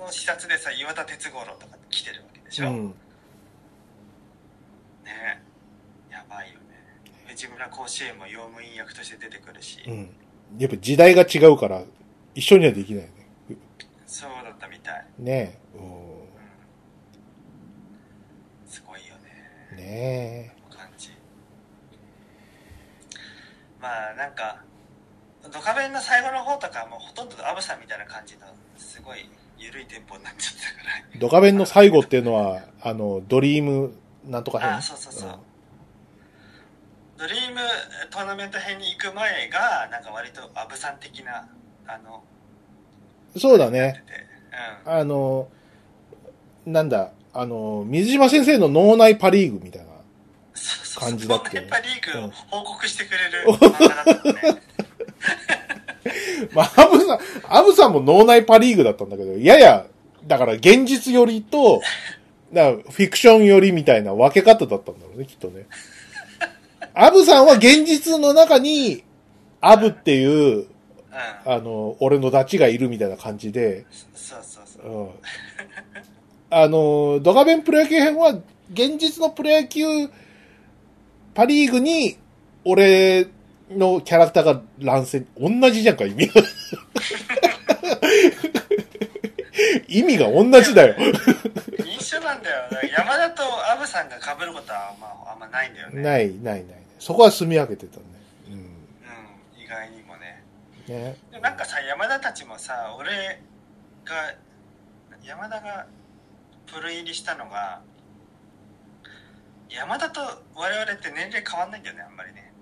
S1: の視察でさ、岩田哲五郎とか来てるわけでし
S2: う
S1: ょ。
S2: ん。
S1: ねやばいよね。藤村甲子園も用務員役として出てくるし、
S2: うん。やっぱ時代が違うから、一緒にはできないよね。
S1: そうだったみたい。
S2: ねえ。
S1: うんすごいよね。
S2: うんね
S1: 感じまあなんか「ドカベン」の最後の方とかはもうほとんどアブさんみたいな感じのすごい緩いテンポになっちゃったから
S2: え。ドカベンの最後っていうのは、あの、ドリームなんとか編。
S1: あそうそうそうドリームトーナメント編に行く前がなんか割とアブさん的なあの
S2: うんそうだね。
S1: で
S2: あの、なんだ、あの、水島先生の脳内パリーグみたい
S1: う
S2: な。
S1: んそうそうそう
S2: 感じだっけ
S1: やっぱリーグ
S2: う
S1: を
S2: ん
S1: 報告してくれる
S2: <laughs>
S1: 漫画だったのね
S2: まあ、アブさん、アブさんも脳内パリーグだったんだけど、やや、だから現実寄りと、だからフィクション寄りみたいな分け方だったんだろうね、きっとね。アブさんは現実の中に、アブっていう、
S1: うん
S2: あの、俺のダチがいるみたいな感じで、。
S1: そうそうそううん
S2: あの、ドカベンプロ野球編は、現実のプロ野球、パリーグに、俺のキャラクターが乱戦、同じじゃんか、意味が。意味が同じだよ。
S1: 一緒なんだよだから山田とアブさんが被ることはまああんまないんだよね
S2: ない、ない、ない。そこは住み分けてたね。
S1: うん意外にもね
S2: うん。ね。
S1: でもなんかさ山田たちもさ俺が山田がプロ入りしたのが山田と我々って年齢変わんないんだよねあんまりね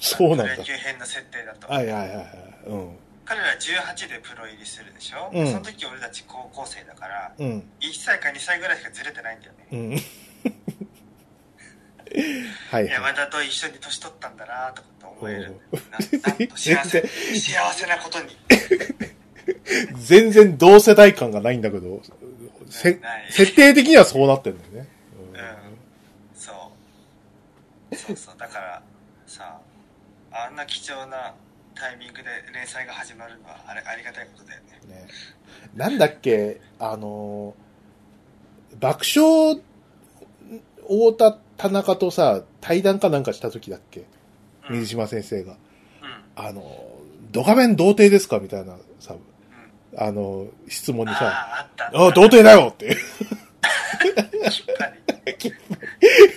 S2: そうな
S1: プ
S2: んだ
S1: ロ野。球編の設定だと
S2: はいはいはいはい。うん。
S1: 彼ら18でプロ入りするでしょ、
S2: うん
S1: その時俺たち高校生だから
S2: うん。
S1: 1歳か2歳ぐらいしかずれてないんだよね
S2: うん。はいはい。
S1: 山田と一緒に年取ったんだなとかと思えるんだよななんと幸
S2: <laughs> 全
S1: せ
S2: 然、
S1: 幸せなことに
S2: 全然同世代感がないんだけど、せ
S1: ない
S2: 設定的にはそうなってんだよね。
S1: うんそうそうそうだからさあんな貴重なタイミングで連載が始まるのはあれありがたいことだよね
S2: ねなんだっけ、あのー、爆笑、太田、田中とさ、対談かなんかした時だっけ、
S1: うん、うん
S2: 水島先生が。あのー、ドカベン童貞ですかみたいなさ、あのー、質問
S1: うん、
S2: にさ、
S1: あああった
S2: ああ、童貞だよっていう。
S1: きっぱり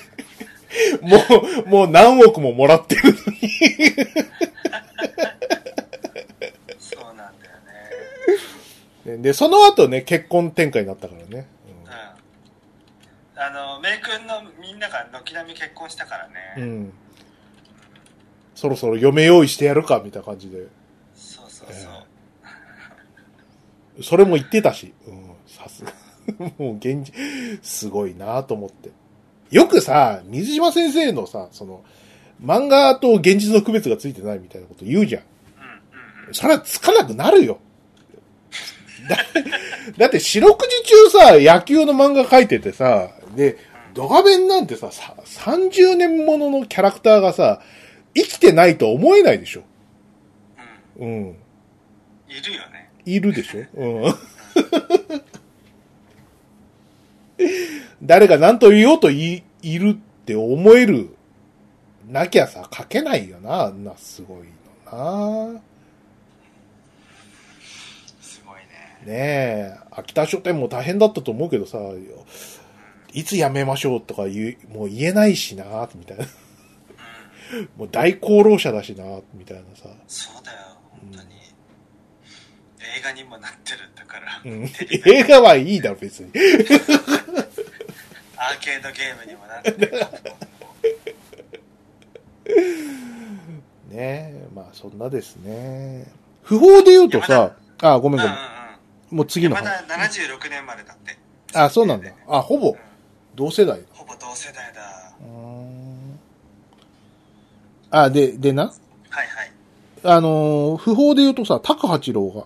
S2: もう、もう何億ももらってる。
S1: そうなんだよね
S2: ねで、その後ね、結婚展開になったからね。
S1: うんあのメイ君のみんなが軒並み結婚したから
S2: う
S1: ね、
S2: ん。そろそろ嫁用意してやるか、みたいな感じで。
S1: そうそうそう、
S2: それも言ってたし。うん、さすが。 <laughs> もう現実、すごいなと思って。よくさ、水島先生のさ、その、漫画と現実の区別がついてないみたいなこと言うじゃん。
S1: うんうんうん
S2: それはつかなくなるよ。だだって四六時中さ、野球の漫画描いててさ、で、ドカベンなんてさ、さ30年もののキャラクターがさ、生きてないと思えないでしょ。うん。
S1: うんいるよね
S2: いるでしょうん。誰が何と言おうとい、いるって思える、なきゃさ、書けないよな、あんなすごいのな。
S1: すごいね
S2: ねえ、秋田書店も大変だったと思うけどさ、いつ辞めましょうとか言う、もう言えないしな、みたいな。
S1: うん
S2: もう大功労者だしな、みたいなさ。
S1: そうだよ本当に、映画にもなってるんだから、
S2: うん、映画はいいだろ、別に。
S1: アーケードゲームにもなってる
S2: <laughs> ねえ、まあそんなですね。不法で言うとさ、あ、ご
S1: う
S2: め
S1: んう
S2: んご
S1: ん
S2: めん。もう次
S1: うん
S2: の
S1: ま
S2: 話。
S1: だ76年までだって、
S2: あ、そうなんだ。あ、ほ
S1: うん
S2: ぼ、同世代だ。
S1: ほぼ同世代だは
S2: うーんあ、で、でな、
S1: いはい
S2: あのー不法で言うとさ、タカ八郎が、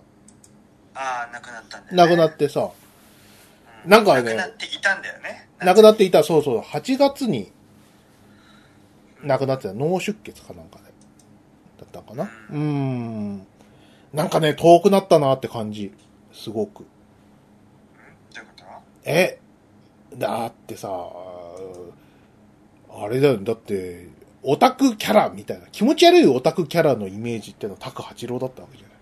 S1: ああああ、亡くなったんだよ、ね。
S2: 亡くなってさ、
S1: うん
S2: なんかね
S1: 亡くなっていたんだよね。
S2: 亡くなっていた、そうそう、8月に亡くなってた、脳出血かなんかで、だったかな。うーん。なんかね、遠くなったなって感じ。すごく。
S1: うんどういうこと
S2: えだってさ、あれだよね。だって、オタクキャラみたいな、気持ち悪いオタクキャラのイメージってのはタク八郎だったわけじゃない。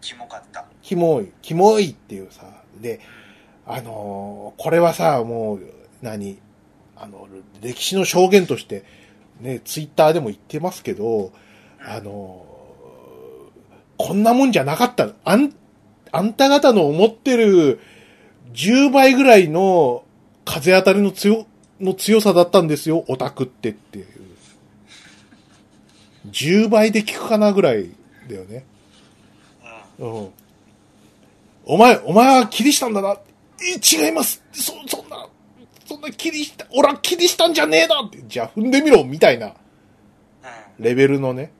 S1: キモかった。
S2: キモい、キモいっていうさ、で、あのーこれはさ、もう、何、あの、歴史の証言として、ね、ツイッターでも言ってますけど、あのーこんなもんじゃなかったの。あん、あんた方の思ってる10倍ぐらいの風当たりの強、の強さだったんですよ、オタクってっていう。10倍で効くかなぐらいだよね。
S1: う。
S2: うん。お前、お前はキリシタンだな。い違います。そ、そんな、そんなキリシタン、俺はキリシタンじゃねえなって、じゃあ踏んでみろ、みたいなんレベルのね。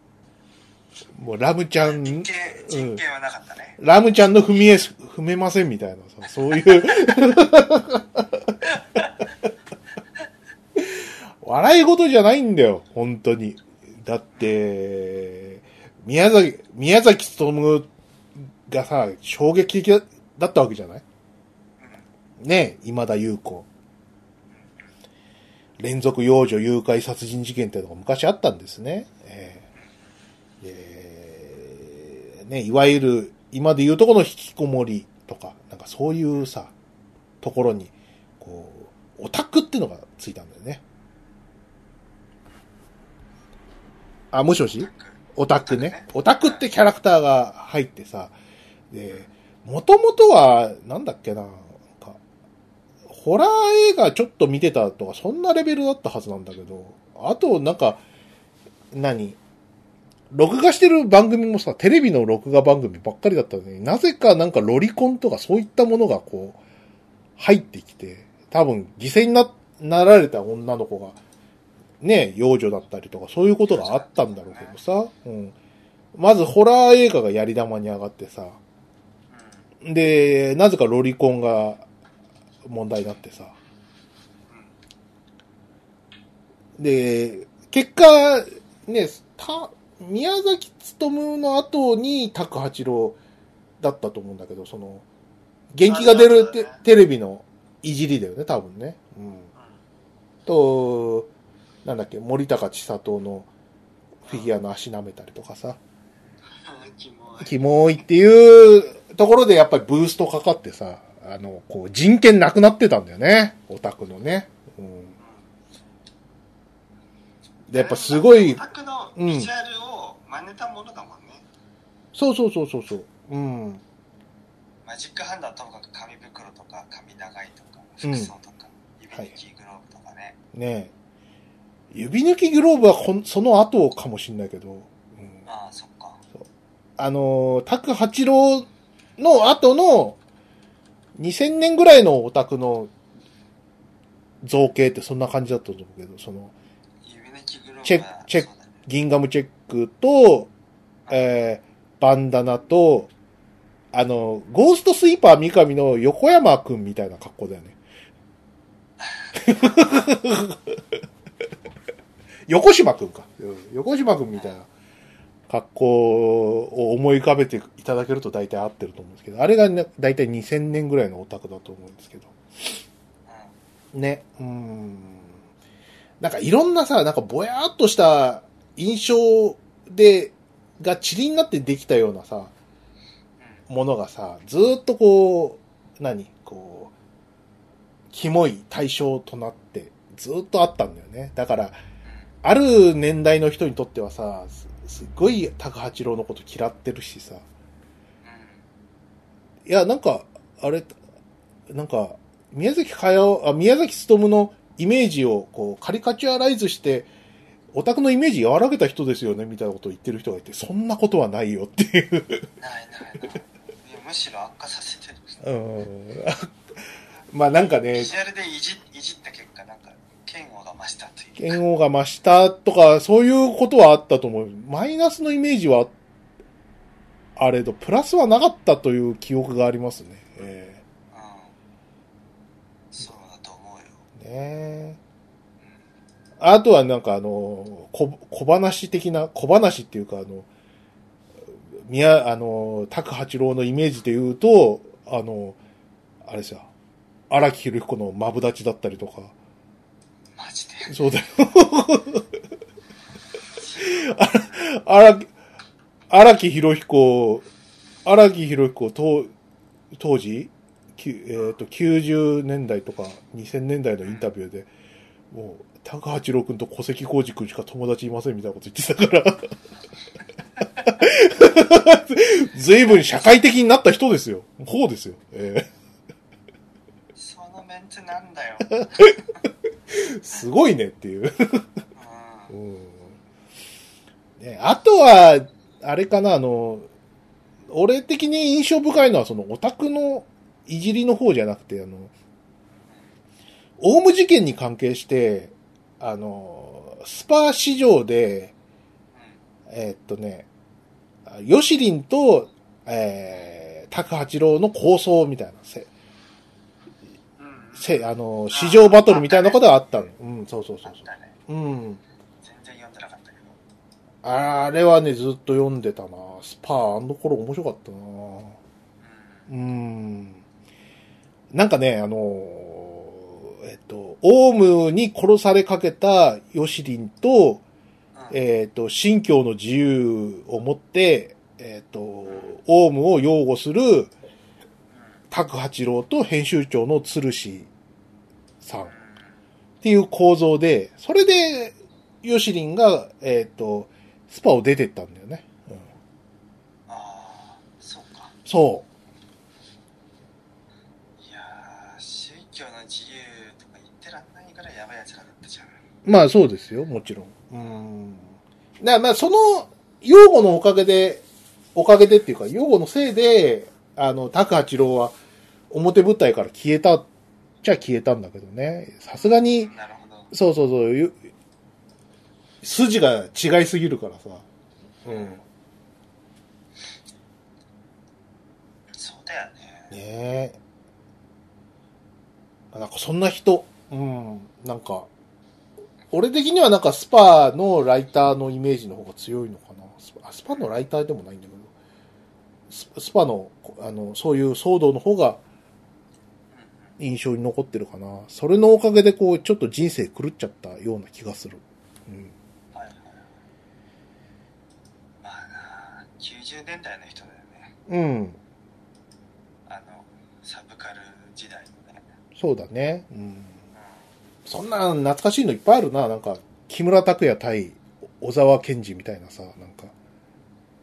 S2: もうラムちゃん、
S1: うん。人権、人権はなかったね。
S2: ラムちゃんの踏み絵、踏めませんみたいなさ、そういう。 <laughs> 笑い事じゃないんだよ、本当に。だって、宮崎、宮崎勤がさ、衝撃的だだったわけじゃないねえ、今田優子。連続幼女誘拐殺人事件っていうのが昔あったんですね。ええでね、いわゆる、今で言うとこの引きこもりとか、なんかそういうさ、ところに、こう、オタクっていうのがついたんだよね。あ、もしもしオタクね。オタクってキャラクターが入ってさ、で、もともとは、なんだっけな、なんか、ホラー映画ちょっと見てたとか、そんなレベルだったはずなんだけど、あと、なんか、何録画してる番組もさ、テレビの録画番組ばっかりだったのに、なぜかなんかロリコンとかそういったものがこう、入ってきて、多分犠牲にな、なられた女の子が、ね、幼女だったりとか、そういうことがあったんだろうけどさ、うん。まずホラー映画がやり玉に上がってさ、で、なぜかロリコンが問題になってさ。で、結果、ね、た、宮崎勤の後に拓八郎だったと思うんだけど、その、元気が出るテ,、
S1: あそうだね
S2: テレビのいじりだよね、多分ね。うん。と、なんだっけ、森高千里のフィギュアの足舐めたりとかさ。
S1: うん。キモ
S2: キモいっていうところでやっぱりブーストかかってさ、あの、こう人権なくなってたんだよね。オタクのね。うん。で、やっぱすごい
S1: オ、タクのビジュアルを真似たものだもんね。
S2: そうそうそうそうそう。うん。
S1: マジックハンドはともかく紙袋とか、髪長いとか、服装とか、指抜きグローブとかね。
S2: ねえ指抜きグローブはこんその後かもしんないけど、うん、
S1: ああ、そっか。
S2: あのー、拓八郎の後の2000年ぐらいのオタクの造形ってそんな感じだったと思うけど、その、
S1: 指抜きグローブは
S2: チェックチェック
S1: そうだね
S2: ギンガムチェックと、えー、バンダナと、あの、ゴーストスイーパー三上の横山くんみたいな格好だよね。 <laughs> 横島くんか。うん横島くんみたいな格好を思い浮かべていただけると大体合ってると思うんですけど、あれがね、大体2000年ぐらいのオタクだと思うんですけど。ね。うん。なんかいろんなさ、なんかぼやーっとした印象で、が塵になってできたようなさ、ものがさ、ずーっとこう、何こう、キモい対象となって、ずーっとあったんだよね。だから、ある年代の人にとってはさ、すすっごい高八郎のこと嫌ってるし
S1: う
S2: さ、
S1: ん。うん。
S2: いや、なんか、あれ、なんか、宮崎駿、あ、宮崎勤のイメージを、こう、カリカチュアライズして、オタクのイメージ和らげた人ですよね、みたいなことを言ってる人がいて、そんなことはないよっていう。
S1: うん。ないないない。いやむしろ悪化させてる。
S2: うん。 <laughs> まあなんかね
S1: ビ、ジュアルでいじいじった結果、なんか、嫌悪が増したという。
S2: 剣王が増したとか、そういうことはあったと思う。マイナスのイメージはああれど、プラスはなかったという記憶がありますね。え
S1: うんそうだと思うよ
S2: えねえあとはなんかあの、小小話的な、小話っていうかあの、宮、あの、拓八郎のイメージで言うと、あの、あれですよ、荒木博彦のマブダチだったりとか、
S1: マジで
S2: そうだよ。 <laughs> あら、荒木、荒木博彦、荒木博彦、当当時、きゅえっ、と、90年代とか2000年代のインタビューで、もう、高八郎くんと小関浩二くんしか友達いませんみたいなこと言ってたから。 <laughs> 随分社会的になった人ですよ。方ですよ。え
S1: そのメンツなん
S2: <laughs>
S1: だよ、
S2: えすごいねっていう。
S1: う
S2: うんね、あとは、あれかな、あの、俺的に印象深いのは、そのオタクのいじりの方じゃなくて、あの、オウム事件に関係して、あの、スパー市場で、えーっとね、ヨシリンと、えー、拓八郎の構想みたいな、せ、
S1: んうんうん
S2: せ、あの、市場バトルみたいなことがあったの。うん、そうそう
S1: あ
S2: そ
S1: っ
S2: うそ
S1: たね
S2: う。うん。
S1: 全然読んでなかったけど
S2: あれはね、ずっと読んでたな。スパー、あの頃面白かったな。
S1: うん
S2: うーん。なんかね、あのー、えっと、オウムに殺されかけたヨシリンと、
S1: うん
S2: えっと、信教の自由を持って、えっと、オウムを擁護する拓八郎と編集長の鶴氏さん。っていう構造で、それで、ヨシリンが、えっ、と、スパを出てったんだよね。うん、
S1: ああそうか
S2: そ
S1: いやー宗教の自由とか言ってらんないからやばいやつらだったじゃん
S2: う。まあそうですよ、もちろん。うん。だからまあその、擁護のおかげで、おかげでっていうか、擁護のせいで、あの、高八郎は表舞台から消えたっちゃ消えたんだけどね。さすがに、
S1: なるほど
S2: そうそうそうゆ、筋が違いすぎるからさ。うん。
S1: そうだよね
S2: ねえ。なんかそんな人。うん。なんか、俺的にはなんかスパのライターのイメージの方が強いのかな。スパあスパのライターでもないんだけど、ススパの、あの、そういう騒動の方が印象に残ってるかな。それのおかげでこう、ちょっと人生狂っちゃったような気がする。うん。
S1: はいはいまあな90年代の人だよね
S2: うん。
S1: あのサブカル時代のね
S2: そうだね。うん。
S1: うん
S2: そんな懐かしいのいっぱいあるな。なんか、木村拓哉対小沢健二みたいなさ、なんか。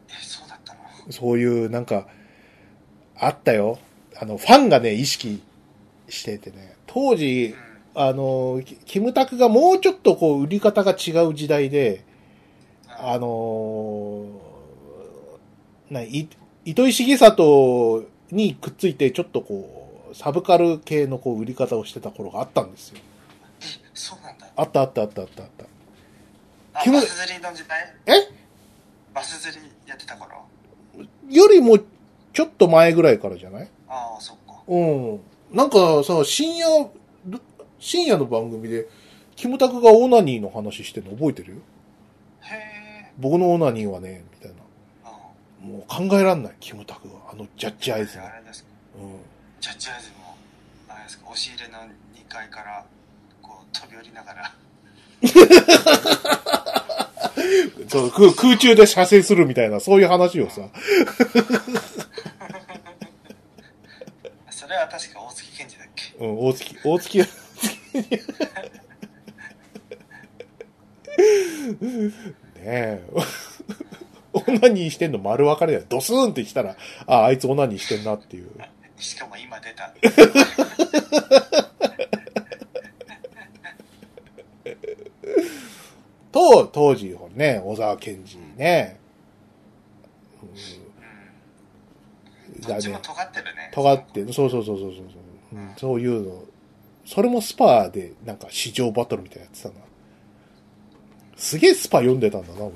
S1: えそうだったの
S2: そういう、なんか、あったよ。あの、ファンがね、意識しててね。当時、
S1: う
S2: あの、キキムタクがもうちょっとこう、売り方が違う時代で、
S1: ん
S2: あのーな、い、糸井重里にくっついて、ちょっとこう、サブカル系のこう、売り方をしてた頃があったんですよ。
S1: そうなんだ
S2: あったあったあったあったあった。
S1: あ
S2: キム
S1: バス釣りの時代
S2: え
S1: バス釣りやってた頃
S2: よりも、ちょっと前ぐらいからじゃない
S1: ああそっか
S2: うん。なんかさ、深夜、ど深夜の番組で、キムタクがオナニーの話してるの覚えてるよ
S1: へえ
S2: 僕のオナニーはね、みたいな。
S1: あ
S2: もう考えらんない、キムタクが。あの、ジャッジアイズが
S1: あ。れですか
S2: う
S1: ジャッジアイズもあれですか押し入れの2階からこう飛び降りながら
S2: ん。そう、空空中で射精するみたいな、そういう話をさ。
S1: それは確か大月健二だっけ <laughs>
S2: うん、大月、大月、ねえ。オナニーしてんの丸分かりだよ。ドスーンってきたら、あ、あいつオナニーしてんなっていう。
S1: しかも今出た
S2: と、当時、ほらね、小沢健二ね、
S1: うん
S2: うん
S1: ど
S2: が
S1: っちも
S2: ね、
S1: 尖ってるね
S2: 尖って、そうそうそうそうそう、うん、そういうの、それもスパーで、なんか、市場バトルみたいなやってたな。すげえスパ読んでたんだな、俺。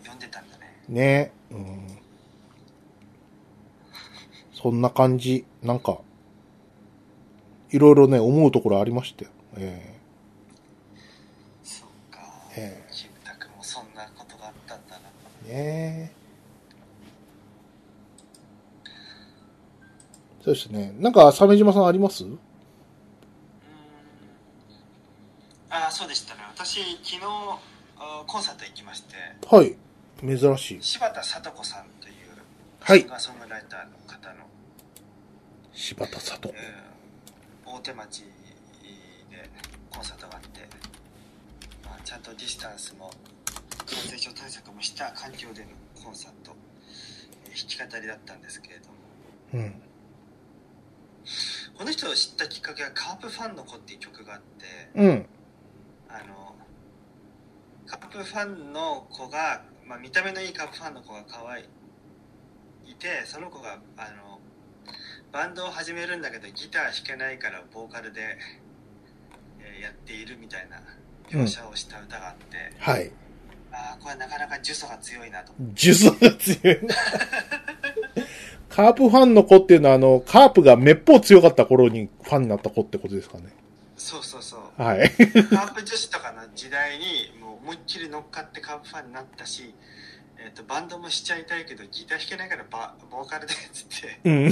S1: 読んでたんだね
S2: うん、ね、うん。そんな感じ。なんか、いろいろね、思うところありましたよ。え
S1: そっか。
S2: ええ
S1: キムタクもそんなことがあったんだな。
S2: えねえそうですね。なんか、鮫島さんあります
S1: ああ、そうでしたね。私、昨日、あーコンサート行きまして、
S2: はい。珍しい。
S1: 柴田聡子さんという、
S2: はい
S1: シンガーソングライターの方の、
S2: 柴田里。
S1: うん、大手町でコンサートがあって、まあ、ちゃんとディスタンスも感染症対策もした環境でのコンサート、えー弾き語りだったんですけれども
S2: うん。
S1: この人を知ったきっかけは「カープファンの子」っていう曲があって
S2: うん。
S1: あのカープファンの子が、まあ、見た目のいいカープファンの子が可愛いいてその子があのバンドを始めるんだけどギター弾けないからボーカルで、えーやっているみたいな描写をした歌があって、
S2: はい。
S1: ああこれなかなか呪詛が強いなと
S2: 呪詛が強いな。カープファンの子っていうのは、あの、カープがめっぽう強かった頃にファンになった子ってことですかね。
S1: そうそうそう
S2: はい。
S1: カープ女子とかの時代にもう思いっきり乗っかってカープファンになったし、えー、とバンドもしちゃいたいけどギター弾けないからバボーカルでっつって
S2: うん。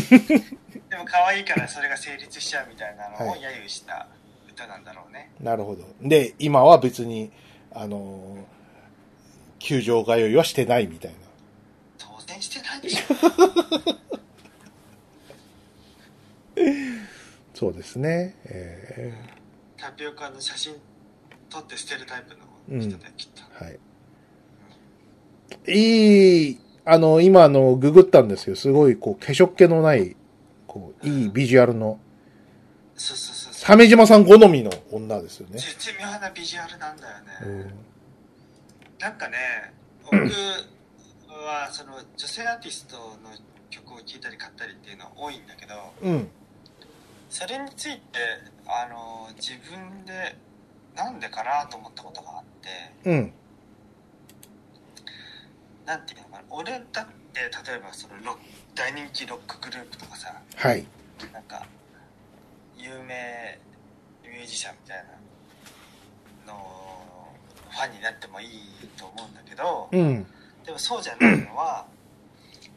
S1: でも可愛いからそれが成立しちゃうみたいなのを
S2: はい
S1: 揶揄した歌なんだろうね。
S2: なるほど。で、今は別に、あのー球場通いはしてないみたいな。
S1: 当然してないでしょ。 <laughs>
S2: そうですね。え
S1: タピオカの写真撮って捨てるタイプの人だよ、きっと。
S2: ーはい。いい、あの、今、あの、ググったんですよ。すごい、こう、化粧気のない、こう、いいビジュアルの、
S1: そうそうそうそう。
S2: 鮫島さん好みの女ですよね。
S1: 絶妙なビジュアルなんだよね。
S2: うん。
S1: なんかね、僕はその女性アーティストの曲を聴いたり買ったりっていうのは多いんだけど、
S2: うん。
S1: それについて、あの、自分でなんでかなと思ったことがあって、
S2: うん。
S1: なんていうのかな俺だって例えばそのロック大人気ロックグループとかさ
S2: はい。
S1: なんか有名ミュージシャンみたいなのファンになってもいいと思うんだけど
S2: うん。
S1: でもそうじゃないのは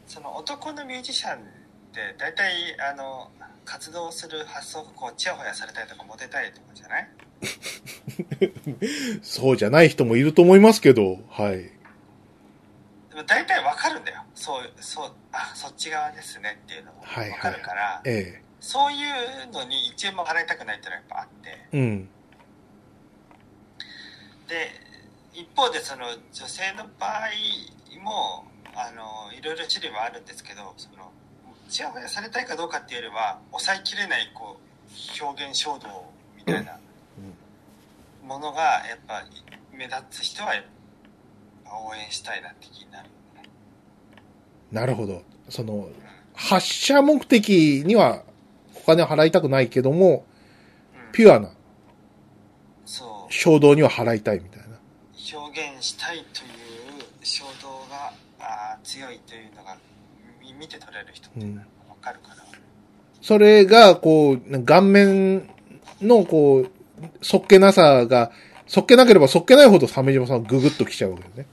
S1: その男のミュージシャンって大体あの活動する発想がこうちやほやされたりとかモテたりとかじゃない
S2: そうじゃない人もいると思いますけど、はい。
S1: でも大体わかるんだよそうそうあそっち側ですねっていうの
S2: はいはい
S1: がわかるから、
S2: え
S1: そういうのに1円も払いたくないっていうのはやっぱあって。
S2: えうん。
S1: で、一方でその女性の場合も、あの、いろいろ種類はあるんですけど、その、ちやほやされたいかどうかっていうよりは、抑えきれない、こう、表現衝動みたいなものが、やっぱ、目立つ人は、やっぱ応援したいなって気になるよね。
S2: なるほど。その、
S1: うん
S2: 発射目的にはお金を払いたくないけども、
S1: うん
S2: ピュアな
S1: そ
S2: 衝動には払いたいみたいな。
S1: う、表現したいという衝動が、あー強いというのが、み見て取れる人っていうのがわかるから。
S2: それが、こう、顔面の、こう、そっけなさが、そっけなければそっけないほど鮫島さんはググッときちゃうわけですね。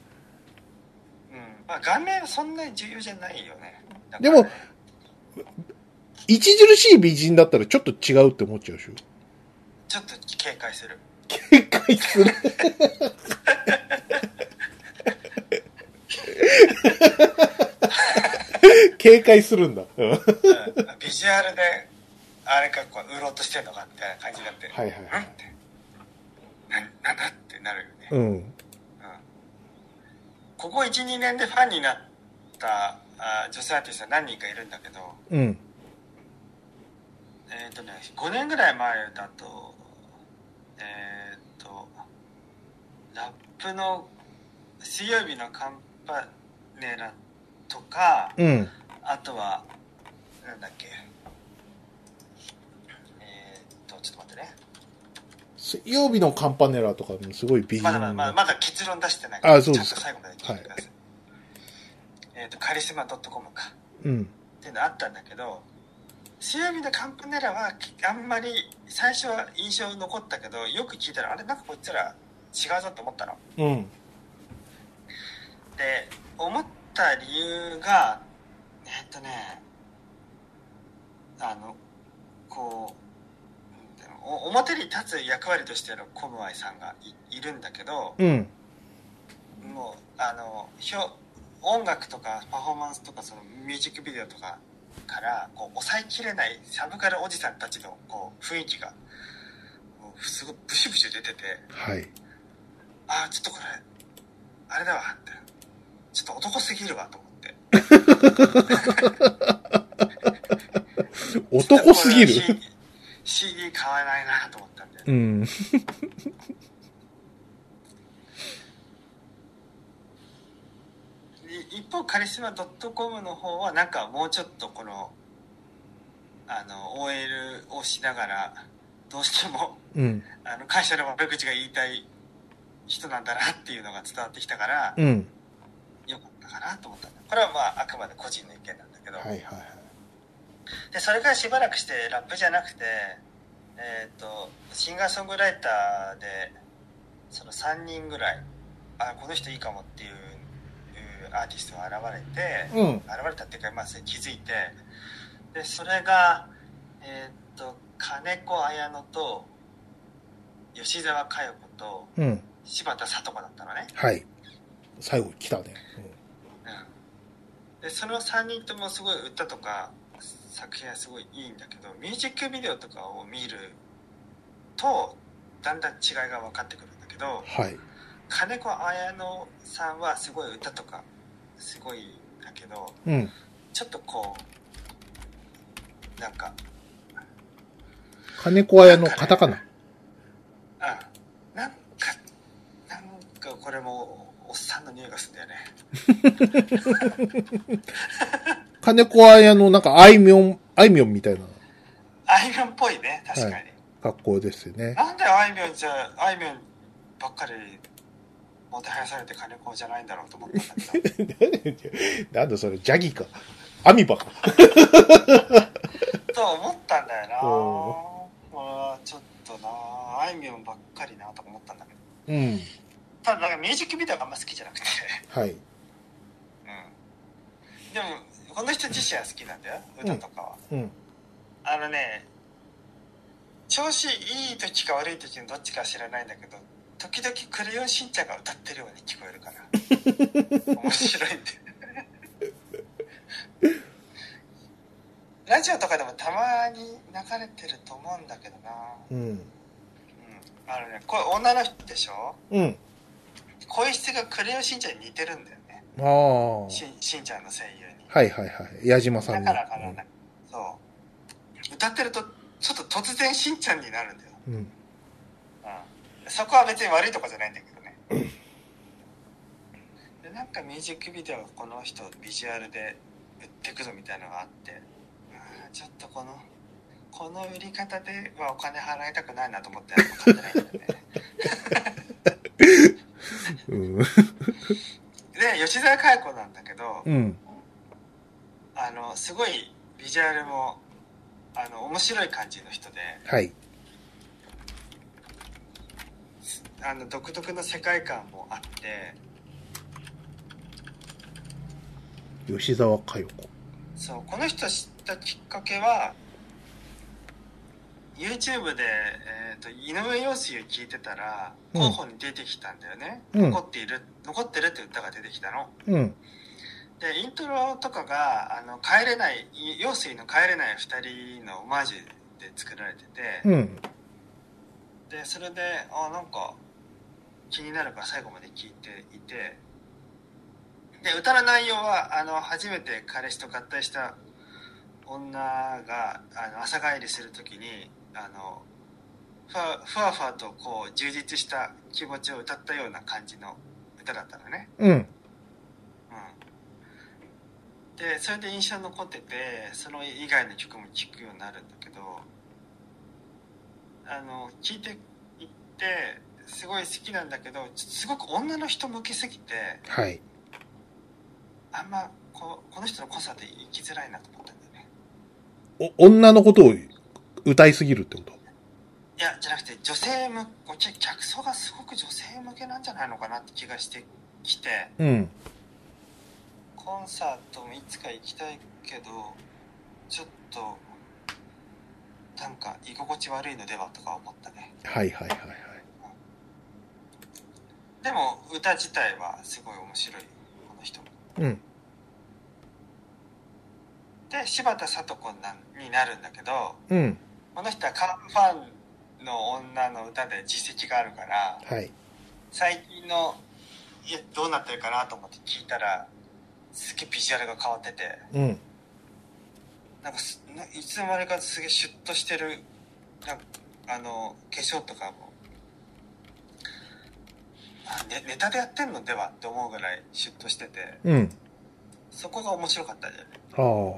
S1: うんまあ、顔面はそんなに重要じゃないよね。だから
S2: でも著しい美人だったらちょっと違うって思っちゃうでしょ。
S1: ちょっと警戒する。
S2: 警戒する。 <laughs> 警戒するんだ。うんはい
S1: うん <laughs> ビジュアルで、あれか、こう、売ろうとしてんのかみたいな感じになって、
S2: はい。
S1: うんって、な、なんだってなるよね。
S2: うん。
S1: ここ1、2年でファンになったあ女性アーティストは何人かいるんだけど、
S2: うん。
S1: えっ、とね、5年ぐらい前だと、えっ、と、ラップの水曜日のカンパネラとか、
S2: うん。
S1: あとは、なんだっけ。えー、っと、ちょっと待ってね。
S2: 水曜日のカンパネラとかもすごい美人。
S1: まだまだまだまだ結論出してない
S2: あそうです
S1: ちゃんと最後まで聞いてください。えーっと、カリスマ .com か。
S2: うん。
S1: っていうのあったんだけど強火でカンプネラはきあんまり最初は印象に残ったけどよく聞いたらあれなんかこいつら違うぞと思ったの。
S2: うん。
S1: で思った理由がえっとねあのこうなんていうのお表に立つ役割としてのコムアイさんがいいるんだけど
S2: うん。
S1: もうあのひょ音楽とかパフォーマンスとかそのミュージックビデオとかからこう抑えきれないサブカルおじさんたちのこう雰囲気がもうすごいブシュブシュ出てて。
S2: はい。
S1: あーちょっとこれあれだわってちょっと男すぎるわと思って
S2: 男すぎる
S1: ちょっとこれ CD, CD 買わないなと思ったんで、
S2: <laughs> うん。
S1: い一方カリスマ .com の方はなんかもうちょっとこのあの OL をしながらどうしても
S2: うん。
S1: あの会社の悪口が言いたい人なんだなっていうのが伝わってきたから、
S2: うん。
S1: よかったかなと思ったんだこれはまああくまで個人の意見なんだけど、
S2: はいはいはい。
S1: でそれからしばらくしてラップじゃなくて、えー、とシンガーソングライターでその3人ぐらいあこの人いいかもっていういうアーティストが現れて
S2: うん。
S1: 現れたっていうか、まあ、それ気づいてでそれが、えー、と金子綾乃と吉澤佳代子と
S2: うん。
S1: 柴田聡子だったのね。
S2: はい。最後来たね。
S1: うんでその3人ともすごい歌とか作品はすごいいいんだけどミュージックビデオとかを見るとだんだん違いが分かってくるんだけど
S2: はい。
S1: 金子綾乃さんはすごい歌とかすごいんだけど
S2: うん。
S1: ちょっとこうなんか
S2: 金子綾のカタカナ。
S1: あなんかなんかこれもおっさんの匂いがするんだよね
S2: 金子綾のなんかあいみょん、あいみょんみたいな
S1: あいみょんっぽいね確かに、
S2: は格好ですよね。 <laughs>
S1: なんであいみょんじゃあいみょんばっかりもてはやされて金子じゃないんだろうと思ったんだけど
S2: なんだそれ、ジャギか。アミバか。
S1: と思ったんだよな
S2: お
S1: 俺はちょっとなあいみょんばっかりなとか思ったんだけど
S2: うん。
S1: ただなんかミュージックビデオがあんま好きじゃなくて
S2: はい。
S1: うんでもこの人自身は好きなんだよ歌とかは、
S2: うん。
S1: あのね調子いい時か悪い時のどっちかは知らないんだけど時々「クレヨンしんちゃん」が歌ってるように聞こえる
S2: <laughs>
S1: から面白いんでラジオとかでもたまに流れてると思うんだけどな、
S2: うん。
S1: うん、あのねこれ女の人でしょ
S2: うん。
S1: 声質がクレヨンしんちゃんに似てるんだよね
S2: ああ。はい
S1: しんしんちゃんの声優に
S2: はいはい。矢島さ
S1: だ
S2: ん
S1: か
S2: の
S1: らかな、そう歌ってるとちょっと突然しんちゃんになるんだよ
S2: うん。
S1: うんそこは別に悪いとこじゃないんだけどね。でなんかミュージックビデオがこの人ビジュアルで売ってくぞみたいなのがあって、あーちょっとこの、この売り方ではお金払いたくないなと思ってあんま買ってないんだよね。
S2: うん。
S1: で、吉沢佳代子なんだけど、
S2: うん。
S1: あの、すごいビジュアルも、あの、面白い感じの人で、
S2: はい。
S1: あの独特の世界観もあって、
S2: 吉沢佳代子。
S1: そうこの人知ったきっかけは YouTube で、えー、と井上陽水を聞いてたら
S2: うん
S1: 候補に出てきたんだよね、
S2: うん
S1: 残っている残ってるって歌が出てきたの
S2: うん。
S1: でイントロとかがあの帰れないい陽水の帰れない2人のオマージュで作られてて、
S2: うん。
S1: でそれであなんか気になるから最後まで聞いていてで歌の内容はあの初めて彼氏と合体した女があの朝帰りする時にあのふわふわふわとこう充実した気持ちを歌ったような感じの歌だったのね、
S2: うん。
S1: うん、でそれで印象に残っててその以外の曲も聴くようになるんだけどあの聴いていってすごい好きなんだけどちょすごく女の人向けすぎて
S2: はい。
S1: あんまここの人の濃さで生きづらいなと思ったんだよね
S2: お女のことを歌いすぎるってこと
S1: いやじゃなくて女性向こっち客層がすごく女性向けなんじゃないのかなって気がしてきて
S2: うん。
S1: コンサートもいつか行きたいけどちょっとなんか居心地悪いのではとか思ったね
S2: はいはいはいはい。
S1: でも歌自体はすごい面白いこの人も
S2: うん。
S1: で柴田聡子なんになるんだけど
S2: うん。
S1: この人はカンファンの女の歌で実績があるから
S2: はい。
S1: 最近のいやどうなってるかなと思って聞いたらすげえビジュアルが変わってて
S2: うん。
S1: なんかすないつの間にかすげえシュッとしてるなんかあの化粧とかもあネネタでやってんのではって思うぐらいシュッとしてて
S2: うん。
S1: そこが面白かったじゃん
S2: ああ。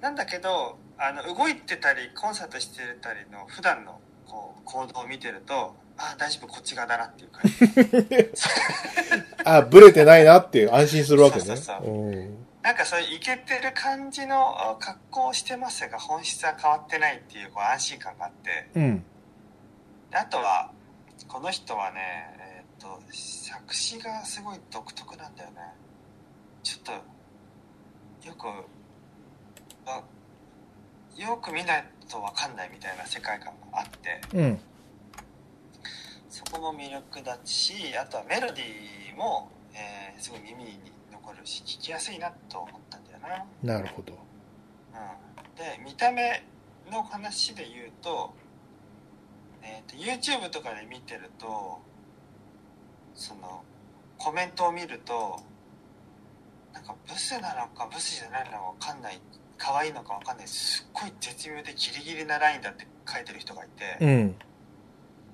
S1: なんだけどあの動いてたりコンサートしてたりの普段のこう行動を見てるとあ大丈夫こっち側だなっていう感じ <laughs>
S2: あ、ブレてないなっていう安心するわけね。
S1: そうそうそ
S2: うん
S1: なんかそういうイケてる感じのあ格好をしてますが本質は変わってないっていうこう安心感があって
S2: うん。
S1: であとはこの人はねえーっと作詞がすごい独特なんだよねちょっとよくあよく見ないとわかんないみたいな世界観があって
S2: うん。
S1: そこも魅力だしあとはメロディーも、えーすごい耳に残るし聴きやすいなと思ったんだよな、
S2: なるほど。
S1: うん、で見た目の話で言うと,、えーと YouTube とかで見てるとそのコメントを見るとなんかブスなのかブスじゃないのかわかんない可愛いのかわかんないすっごい絶妙でギリギリなラインだって書いてる人がいて、
S2: うん。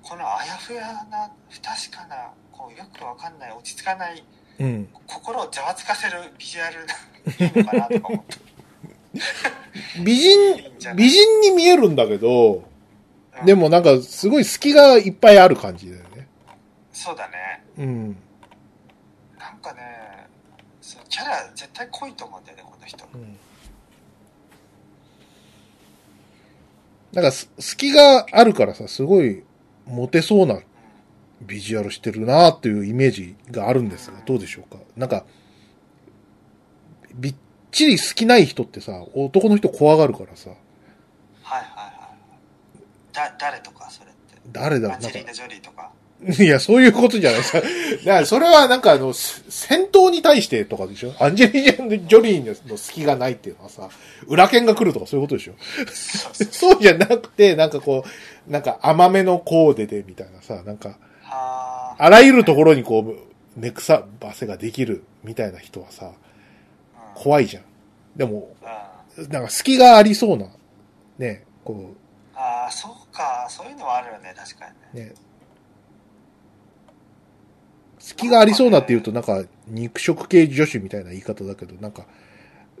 S1: このあやふやな不確かなこうよくわかんない落ち着かない
S2: うん。
S1: 心をざわつかせるビジュアルないいのかなとか
S2: <laughs>
S1: 思っ
S2: 美人、美人に見えるんだけど、
S1: た、うん
S2: でもなんかすごい隙がいっぱいある感じだよね。
S1: そうだね
S2: うん。
S1: なんかねそうキャラ絶対濃いと思うんだよねこの人
S2: うんなんかす隙があるからさ、すごいモテそうなビジュアルしてるなっていうイメージがあるんですが、どうでしょうかなんか、びっちり好きない人ってさ、男の人怖がるからさ、
S1: はいはいはいだ誰とかそれって
S2: 誰だ
S1: アン
S2: な
S1: ジェリ
S2: ん
S1: ー
S2: か
S1: ナ・ジョリーとか
S2: いや、そういうことじゃない <laughs> ですか。だからそれはなんかあの、せ戦闘に対してとかでしょアンジェリーナ・ジョリーの隙がないっていうのはさ、裏剣が来るとかそういうことでしょ
S1: そうそう
S2: <laughs> そうじゃなくて、なんかこう、なんか甘めのコーデでみたいなさ、なんか、
S1: はあ、
S2: あらゆるところにこう、根草バセができるみたいな人はさ、
S1: うん
S2: 怖いじゃん。でも、
S1: うん、あ
S2: なんか隙がありそうな、ね、こ
S1: あーそうかそういうのはあるよね確かにね
S2: う、ね、隙がありそうなって言うとなんか、肉食系女子みたいな言い方だけど、なんか、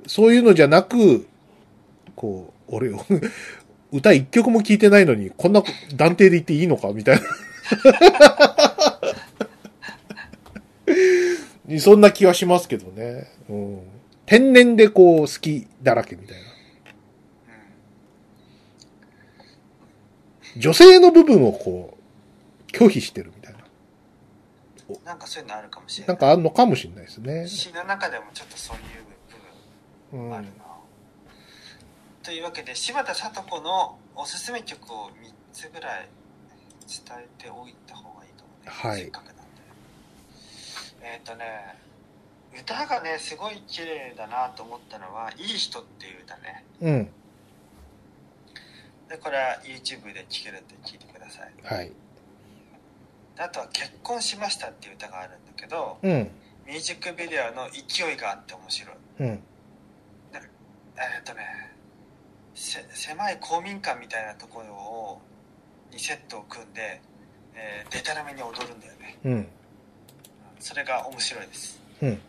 S2: そういうのじゃなく、こう、俺を、 <laughs> 歌一曲も聴いてないのに、こんな断定で言っていいのかみたいな。 <laughs> そんな気はしますけどね。うん、天然でこう、好きだらけみたいな。
S1: うん
S2: 女性の部分をこう、拒否してるみたいな。
S1: なんかそういうのあるかもしれな
S2: ないんかあんのかもしれないですね。
S1: 詩の中でもちょっとそういう部分
S2: うん。
S1: あるな、というわけで柴田聡子のおすすめ曲を3つぐらい伝えておいた方がいいかもね、
S2: はい
S1: せっかくなんでえっ、とね歌がねすごい綺麗だなと思ったのは「いい人」っていう歌ね
S2: うん。
S1: でこれは YouTube で聴けるんで聴いてください
S2: はい。
S1: であとは「結婚しました」っていう歌があるんだけど
S2: うん。
S1: ミュージックビデオの勢いがあって面白い
S2: うん。
S1: えーっとねせ狭い公民館みたいなところを2セットを組んで、えー、デタラメに踊るんだよね
S2: うん。
S1: それが面白いです
S2: うん。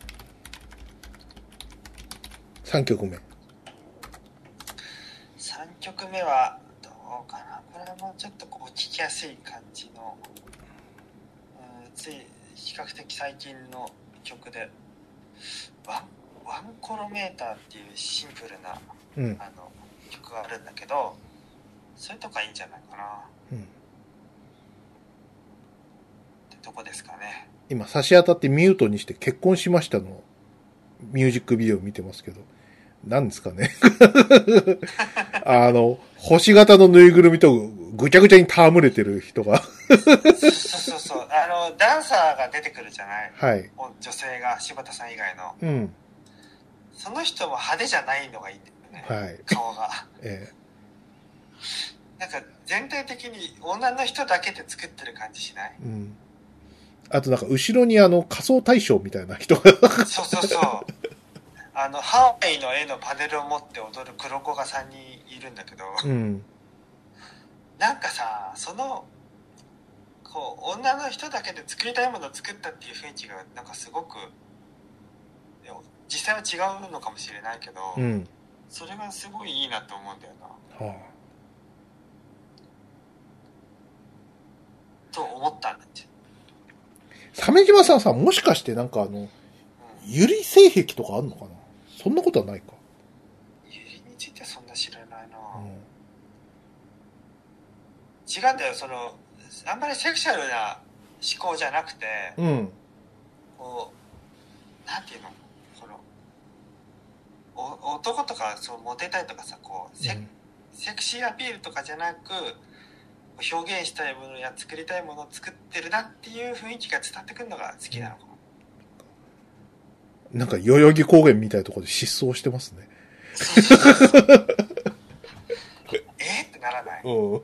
S2: 3曲目。
S1: 3曲目はどうかなこれもちょっとこう聞きやすい感じの、うん、つい比較的最近の曲でワンワンコロメーターっていうシンプルな
S2: うん。
S1: あの曲があるんだけどそれとかいいんじゃないかなっ
S2: うん。
S1: てとこですかね
S2: 今、差し当たってミュートにして結婚しましたのミュージックビデオ見てますけど、何ですかね。 <laughs> あの、星型のぬいぐるみとぐちゃぐちゃに戯れてる人が、
S1: そうそうそうあのダンサーが出てくるじゃない
S2: はい。
S1: お女性が柴田さん以外の
S2: うん。
S1: その人も派手じゃないのがいいんだよね、
S2: はい。
S1: 顔が
S2: え
S1: なんか全体的に女の人だけで作ってる感じしない
S2: えうん。あとなんか、後ろにあの、仮想大賞みたいな人が、
S1: そうそうそうあのハワイの絵のパネルを持って踊る黒子が3人いるんだけど
S2: うん。
S1: なんかさそのこう女の人だけで作りたいものを作ったっていう雰囲気がなんかすごくいや実際は違うのかもしれないけど、
S2: うん。
S1: それがすごいいいなと思うんだよな
S2: はあ
S1: と思ったんだって、
S2: 鮫島さんさ、もしかしてなんかあの、
S1: うん、
S2: ゆり性癖とかあるのかなそんなことはないか。
S1: ゆりについてはそんな知らないな、
S2: う
S1: 違うんだよそのあんまりセクシャルな思考じゃなくて
S2: ん。うん。
S1: こうなんていうのこのお男とかそうモテたいとかさこうセ,、セクシーアピールとかじゃなく表現したいものや作りたいものを作ってるなっていう雰囲気が伝わってくるのが好きなの <laughs> かも、
S2: なんか、代々木高原みたいなところで失踪してますね。
S1: そうそうそうそうえっってならない公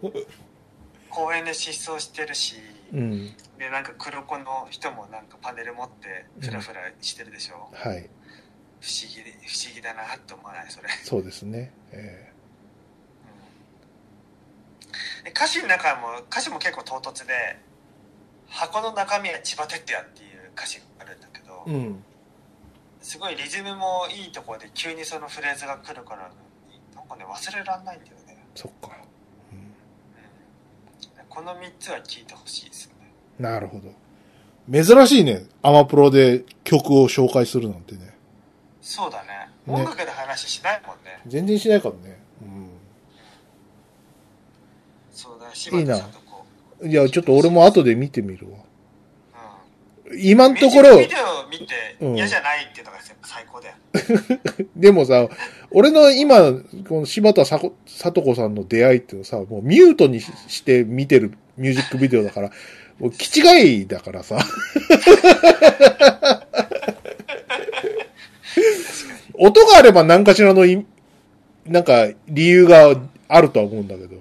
S1: 園で失踪してるし
S2: うん。
S1: でなんか黒子の人もなんかパネル持ってフラフラしてるでしょ、
S2: はい。
S1: 不思議で不思議だなって思わないそれ、
S2: そうですね。え
S1: うんで歌詞の中も歌詞も結構唐突で「箱の中身は千葉哲也」っていう歌詞があるんだけど、
S2: えうん。
S1: すごいリズムもいいところで急にそのフレーズが来るからなんかね忘れらんないんだよね、
S2: そっか。
S1: うん、この3つは聴いてほしいですよね
S2: うんなるほど。珍しいね。アマプロで曲を紹介するなんてね。
S1: そうだね
S2: ね
S1: 音楽で話しないもんね
S2: 全然しないからね。
S1: そうだ柴田さんとこ
S2: うん。いや、ちょっと俺も後で見てみるわ。
S1: うん
S2: 今の
S1: ミュ
S2: と
S1: ージ
S2: こ
S1: ック
S2: ろ
S1: ビ、デオを見て嫌じゃないっていうのが最高だよ、
S2: でもさ、俺の今、この柴田さこさと子さんの出会いっていうのさ、もうミュートにしして見てるミュージックビデオだから、もう、気違いだからさ。音があれば何かしらのい、なんか、理由があるとは思うんだけど。うん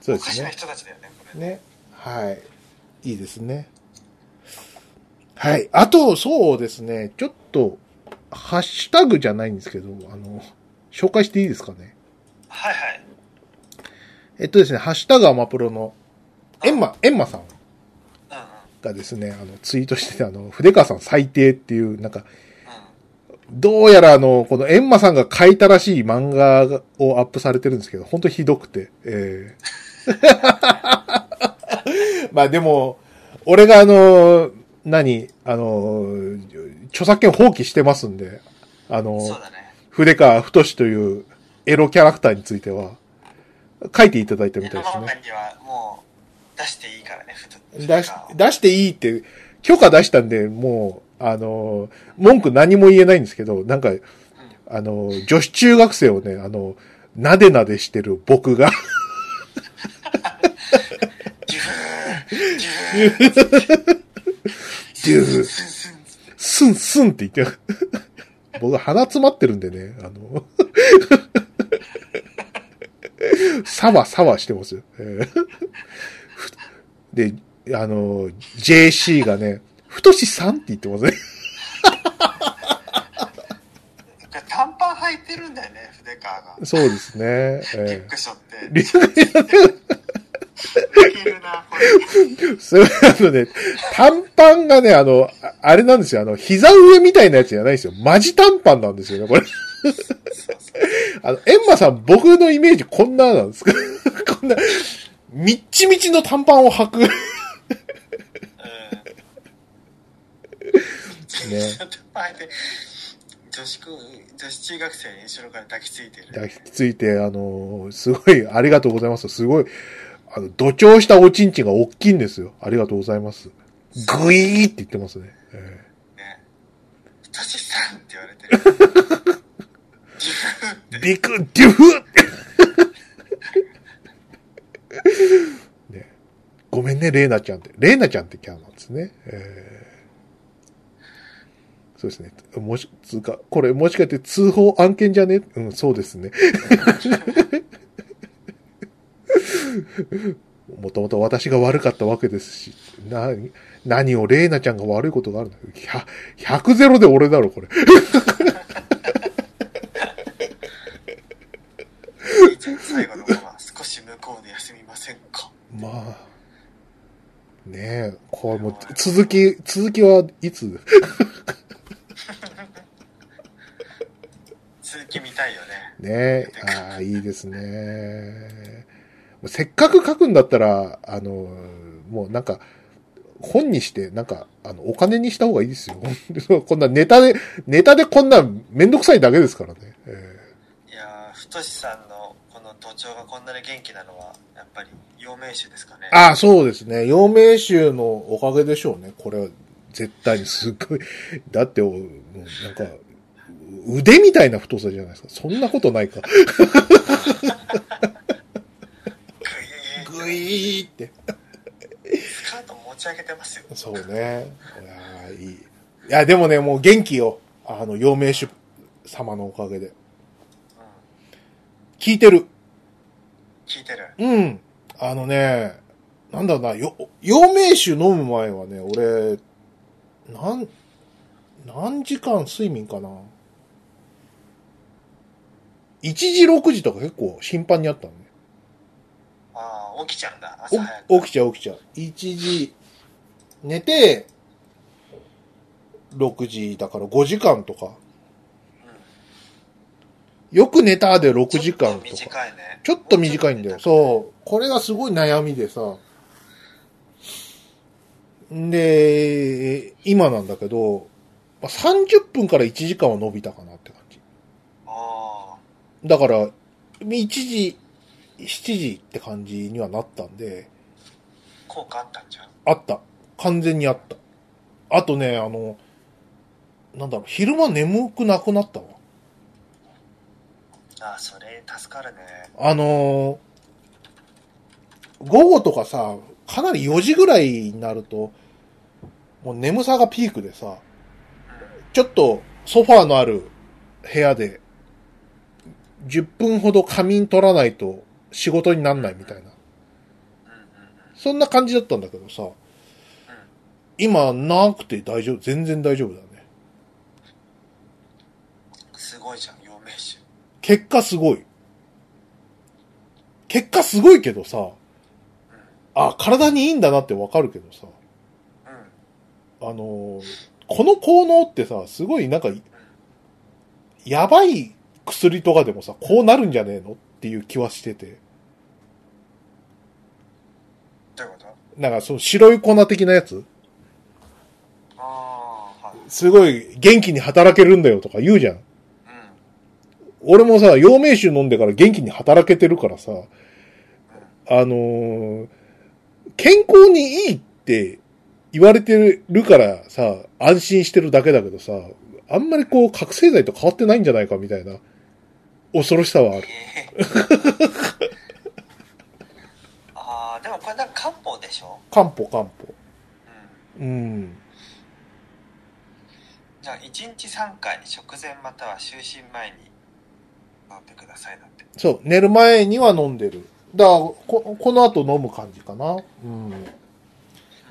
S2: そう
S1: お
S2: で
S1: か
S2: す
S1: しな
S2: ね。
S1: 人たちだよねこれ
S2: ね。はい。いいですね。はい。あと、そうですね。ちょっと、ハッシュタグじゃないんですけど、あの、紹介していいですかね。
S1: はいはい
S2: えっとですね、ハッシュタグアマプロの、エンマ、エンマさん
S1: うんうん
S2: がですね、あの、ツイートしてて、あの、筆川さん最低っていう、なんか、
S1: うん
S2: どうやらあの、このエンマさんが書いたらしい漫画をアップされてるんですけど、本当ひどくて、ええまあでも、俺があの、何、あの、著作権放棄してますんで、あの、
S1: そうだね。
S2: 筆川太というエロキャラクターについては、書いていただいたみたい
S1: 山本
S2: ですね。
S1: にはもう出していいからね、ふと。
S2: 出し、出していいって、許可出したんで、もう、あの、文句何も言えないんですけど、なんか、
S1: う
S2: あの、女子中学生をね、あの、なでなでしてる僕が、 <laughs>
S1: んギューギュー
S2: ジュ
S1: ス
S2: ー
S1: ンスンスン
S2: スンスンって言って、 <laughs> 僕鼻詰まってるんでね、あの、サワサワしてますよ。えーふで、あの、JC がね、ふとしさんって言ってますね。
S1: なんか短パン履いてるんだよね、筆川が。
S2: そうですね。
S1: リュッ
S2: え
S1: クショって。
S2: リ
S1: ュックるな、これ。
S2: ー、それあのね、短パンがね、あの、ああれなんですよ。あの、膝上みたいなやつじゃないですよ。マジ短パンなんですよね、これ。
S1: そうそう
S2: あの、エンマさん、僕のイメージこんななんですか <laughs> こんな、みっちみちの短パンを履く。
S1: うん
S2: ね
S1: ちょっと前で女子高女子中学生に後ろから抱きついてる
S2: 抱きついて、あの、すごい、ありがとうございます。すごい、あの、土調したおちんちんが大きいんですよ。ありがとうございます。グイーって言ってますね。え
S1: ね「としさん」って言われてる自分
S2: えビクデュフねごめんね、レイナちゃんって。レイナちゃんってキャラなんですね。ええそうですね。もし、つうか、これもしかして通報案件じゃねうん、そうですね。 <laughs> もともと私が悪かったわけですし、な、何をレイナちゃんが悪いことがあるんだ100、100ゼロで俺だろ、これ。
S1: いつも最後のまま少し向こうで休みませんか
S2: まあ、ねえ、これもう続き、続きはいつ
S1: 続き見たいよね
S2: ねえ、ああ、いいですね。もうせっかく書くんだったら、あの、もうなんか、本にして、なんか、あの、お金にした方がいいですよ。 <laughs> こんなネタで、ネタでこんなめんどくさいだけですからね。え
S1: いやー太さんのこの土壌がこんなに元気なのはやっぱり陽明酒ですかね
S2: えああ、そうですね。陽明集のおかげでしょうね。これは絶対にすっごい。 <laughs> だって、おもうなんか、腕みたいな太さじゃないですか。そんなことないか。
S1: グイー
S2: ぐいーって。
S1: スカート持ち上げてますよ
S2: そうね。いやーいい。いや、でもね、もう元気よ。あの、陽明酒様のおかげで。
S1: うん
S2: 聞いてる。
S1: 聞いてる
S2: うん。あのね、なんだろうな、よ、陽明酒飲む前はね、俺、なん、何時間睡眠かな。1時6時とか結構頻繁にあったのね。
S1: ああ起きちゃうんだ朝早く
S2: お起きちゃう起きちゃう。1時、寝て、6時だから5時間とか。よく寝たで6時間とか。
S1: 短いね
S2: ちょっと短いんだよ。
S1: う
S2: そう。これがすごい悩みでさ。んで、今なんだけど、まあ30分から1時間は伸びたかなって感じ。
S1: あ
S2: だから、1時、7時って感じにはなったんで、
S1: あ効果あったんじゃん
S2: あった。完全にあった。あとね、あの、なんだろう、昼間眠くなくなったわ。
S1: ああそれ助かるね
S2: あのー午後とかさ、かなり4時ぐらいになると、もう眠さがピークでさ、ちょっとソファーのある部屋で、10分ほど仮眠取らないと仕事になんないみたいな。
S1: うんうんうん
S2: そんな感じだったんだけどさ、今なくて大丈夫、全然大丈夫だね。
S1: うんすごいじゃん陽明酒
S2: 結果すごい。結果すごいけどさ、あ、体にいいんだなってわかるけどさ、
S1: うんうん
S2: あのーこの効能ってさ、すごいなんか、やばい薬とかでもさ、こうなるんじゃねえのっていう気はしてて。
S1: どういうこと
S2: なんかその白い粉的なやつ
S1: ああはい
S2: すごい元気に働けるんだよとか言うじゃん。
S1: うん
S2: 俺もさ、陽明酒飲んでから元気に働けてるからさ、あのー健康にいいって言われてるからさ、安心してるだけだけどさ、あんまりこう覚醒剤と変わってないんじゃないかみたいな恐ろしさはある。
S1: ええ <laughs> ああでもこれなんか漢方でしょ、
S2: 漢方漢方。
S1: うん、
S2: うん。
S1: じゃあ1日3回食前または就寝前に飲んでくださいだって
S2: そう、寝る前には飲んでる。だから、ここの後飲む感じかな。うん。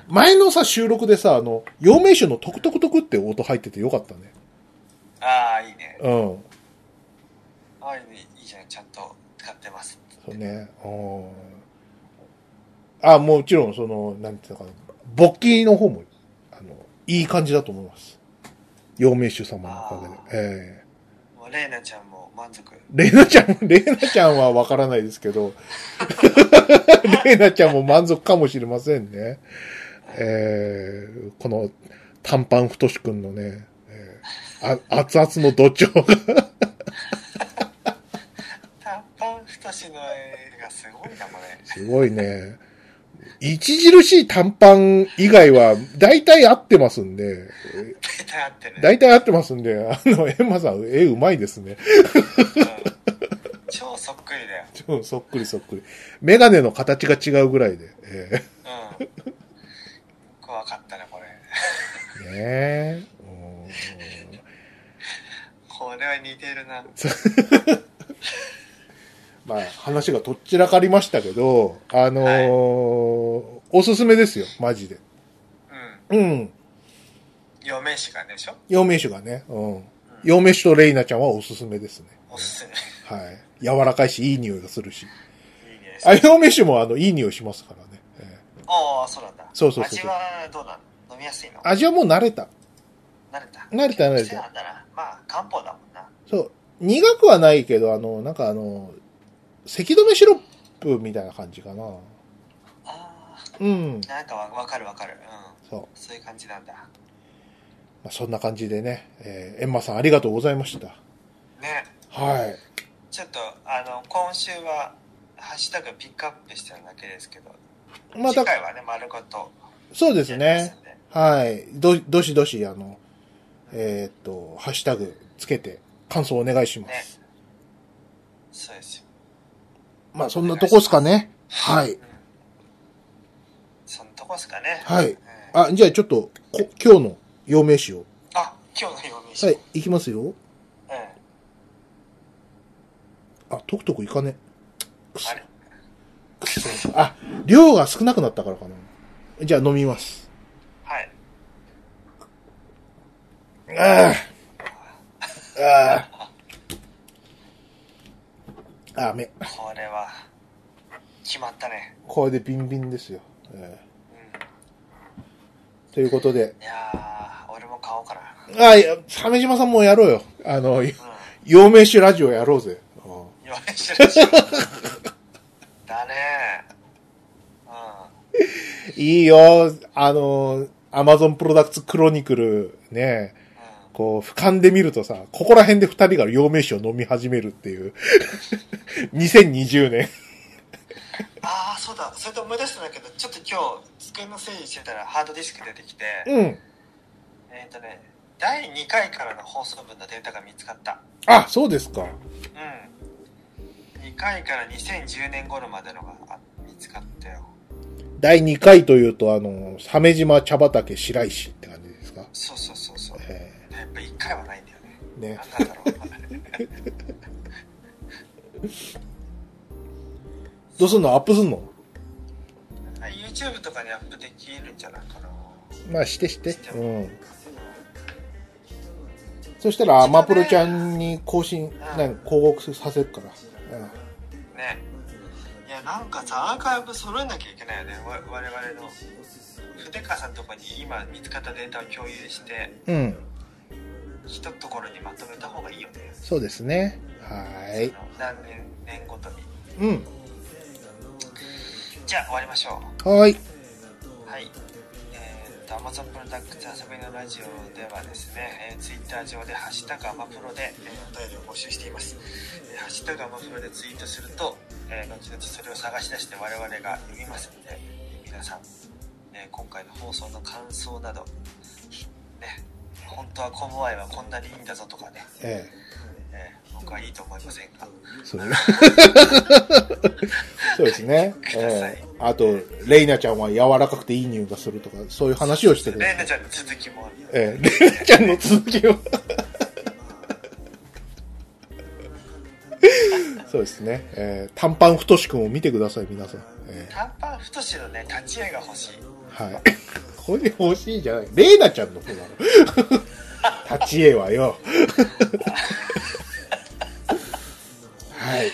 S2: 前のさ、収録でさ、あの、陽明酒のトクトクトクって音入っててよかったね。
S1: ああいいね
S2: うん。
S1: ああいいねいいじゃんちゃんと使ってます
S2: そうね。うんあ、もちろん、その、なんていうのかな、勃起の方も、あの、いい感じだと思います。陽明酒様のおかげで。え
S1: もうレイナちゃんも満足
S2: えレイナちゃん、 <laughs> レイナちゃんはわからないですけど、 <laughs> レイナちゃんも満足かもしれませんね。ええこの、短パン太しくんのね、えーあ熱々の土壌が
S1: 短パン太しの絵がすごいな、これ。
S2: すごいね。著しい短パン以外は、大体合ってますんで、
S1: 大体合ってる。
S2: 大体合ってますんで、あの、エンマさん、絵うまいですね。
S1: うん超そっくりだよ。
S2: ちょそっくりそっくり。メガネの形が違うぐらいで。え
S1: うん。怖かったね、これ。
S2: ーねえ。うん
S1: これは似てるな。
S2: まあ、話がとっちらかりましたけど、あのーおすすめですよ、マジで。
S1: うん。
S2: うん。
S1: 余命しかねでしょ
S2: 陽明酒がね、うん。陽明酒とレイナちゃんはおすすめですね。
S1: おすすめ。
S2: はい。柔らかいし、いい匂いがするし。
S1: いいね。
S2: あ、陽明酒もあの、いい匂いしますからね。え
S1: ああ、そうなんだ。
S2: そうそうそう
S1: 味はどうなの飲みやすいの
S2: ー味はもう慣れた。
S1: 慣れた。
S2: 慣れた慣れ
S1: 癖な
S2: た。
S1: んだな。まあ、漢方だもんな。
S2: そう。苦くはないけど、あの、なんかあの、咳止めシロップみたいな感じかな。
S1: ああ、
S2: うん。
S1: なんかわわかるわかる。うん。
S2: そう。
S1: そういう感じなんだ。
S2: まあ、そんな感じでね、えー、エンマさんありがとうございました。
S1: ね。
S2: はい。
S1: ちょっと、あの、今週は、ハッシュタグピックアップしてるだけですけど、
S2: ま
S1: 次
S2: た、
S1: 回はね、丸ごと
S2: そうです
S1: やりま
S2: ね
S1: す。んで。
S2: はい。ど、どしどし、あの、えーっと、ハッシュタグつけて感想お願いします。
S1: そうですよ。
S2: まあ、そんなとこっすかね。はい。
S1: うん。そのとこですかね。
S2: はい
S1: うん
S2: あ、じゃあちょっと、こ今日の陽明詞を。
S1: あ、今日の読みし。
S2: は
S1: うん
S2: い、いきますよ。あ、トクトクいかね。くそ
S1: あれ。
S2: くそあ、量が少なくなったからかな。じゃあ飲みます。
S1: はい。
S2: ああ。ああ。あめ。
S1: これは、決まったね。
S2: これでビンビンですよ。え
S1: うん。
S2: ーということで。
S1: いやー、俺も買おうかな。
S2: あ、いや、鮫島さんもやろうよ。あの、
S1: う
S2: 陽明酒ラジオやろうぜ。うん
S1: ん。よしよ
S2: <laughs>
S1: し。だねう
S2: いいよ。あの、アマゾンプロダクツクロニクルね、
S1: ん。うん。
S2: こう、俯瞰で見るとさ、ここら辺で二人が陽明酒を飲み始めるっていう。2020年。
S1: あー、そうだ。それで思い出したんだけど、ちょっと今日、机の整理してたらハードディスク出てきて、
S2: うん。
S1: えっ、とね、第2回からの放送分のデータが見つかった。
S2: あ、そうですか。
S1: うん。2回から2010年頃までのがあ見つかったよ。
S2: 第2回というと、あの、鮫島茶畑白石って感じですか。
S1: そうそうそうそう。
S2: え
S1: やっぱ1回はないんだよね。
S2: ーね
S1: な。んなんだろう。
S2: どうすんのアップすんの <laughs>
S1: YouTube とかにアップできるんじゃないかな。
S2: まあ、してして。うん。そしたら、アマプロちゃんに更新、なんか広告させるから。うん
S1: ね。いや、なんかさ、アーカイブ揃えなきゃいけないよね。わ我々の。筆川さんとこに今見つかったデータを共有して、
S2: うん、
S1: 一ところにまとめた方がいいよね。
S2: そうですね。はい。
S1: 何年、年ごとに。
S2: うん。
S1: じゃあ終わりましょう。
S2: はい。
S1: はい。えー、と Amazon プロダクツ遊びのラジオではですね、えー、Twitter 上で「ハッシュタグアマプロで」えーお便りを募集しています、えーハッシュタグアマプロでツイートすると、えー後々それを探し出して我々が読みますので皆さん、えー今回の放送の感想などね本当はコモアイはこんなにいいんだぞとかね、
S2: え
S1: えー僕はいいと思いませんが
S2: え、そう <laughs> そうですね。
S1: ください
S2: ええあと、レイナちゃんは柔らかくていい匂いがするとか、そういう話をしてくだ
S1: レイ
S2: さ
S1: ナちゃんの
S2: い。
S1: 続きも
S2: ええ、レイナちゃんの続きを。そうですね。ええ、短パン太しくんを見てください、皆さん。ええ、
S1: 短パン太しのね立ち絵が欲しい
S2: はい。これ欲しいじゃない。レイナちゃんの方なの。立ち絵はよ。はい。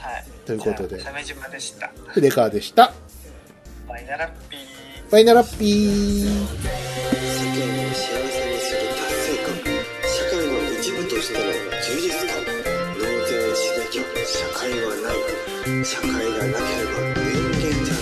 S1: はい
S2: ということで
S1: じゃあ鮫島でした
S2: 筆川でした。
S1: バイナラッピー
S2: バイナラッピー。
S3: 世間を幸せにする達成感社会の一部としての充実感納税しなきゃ社会はない社会がなければ人間じゃ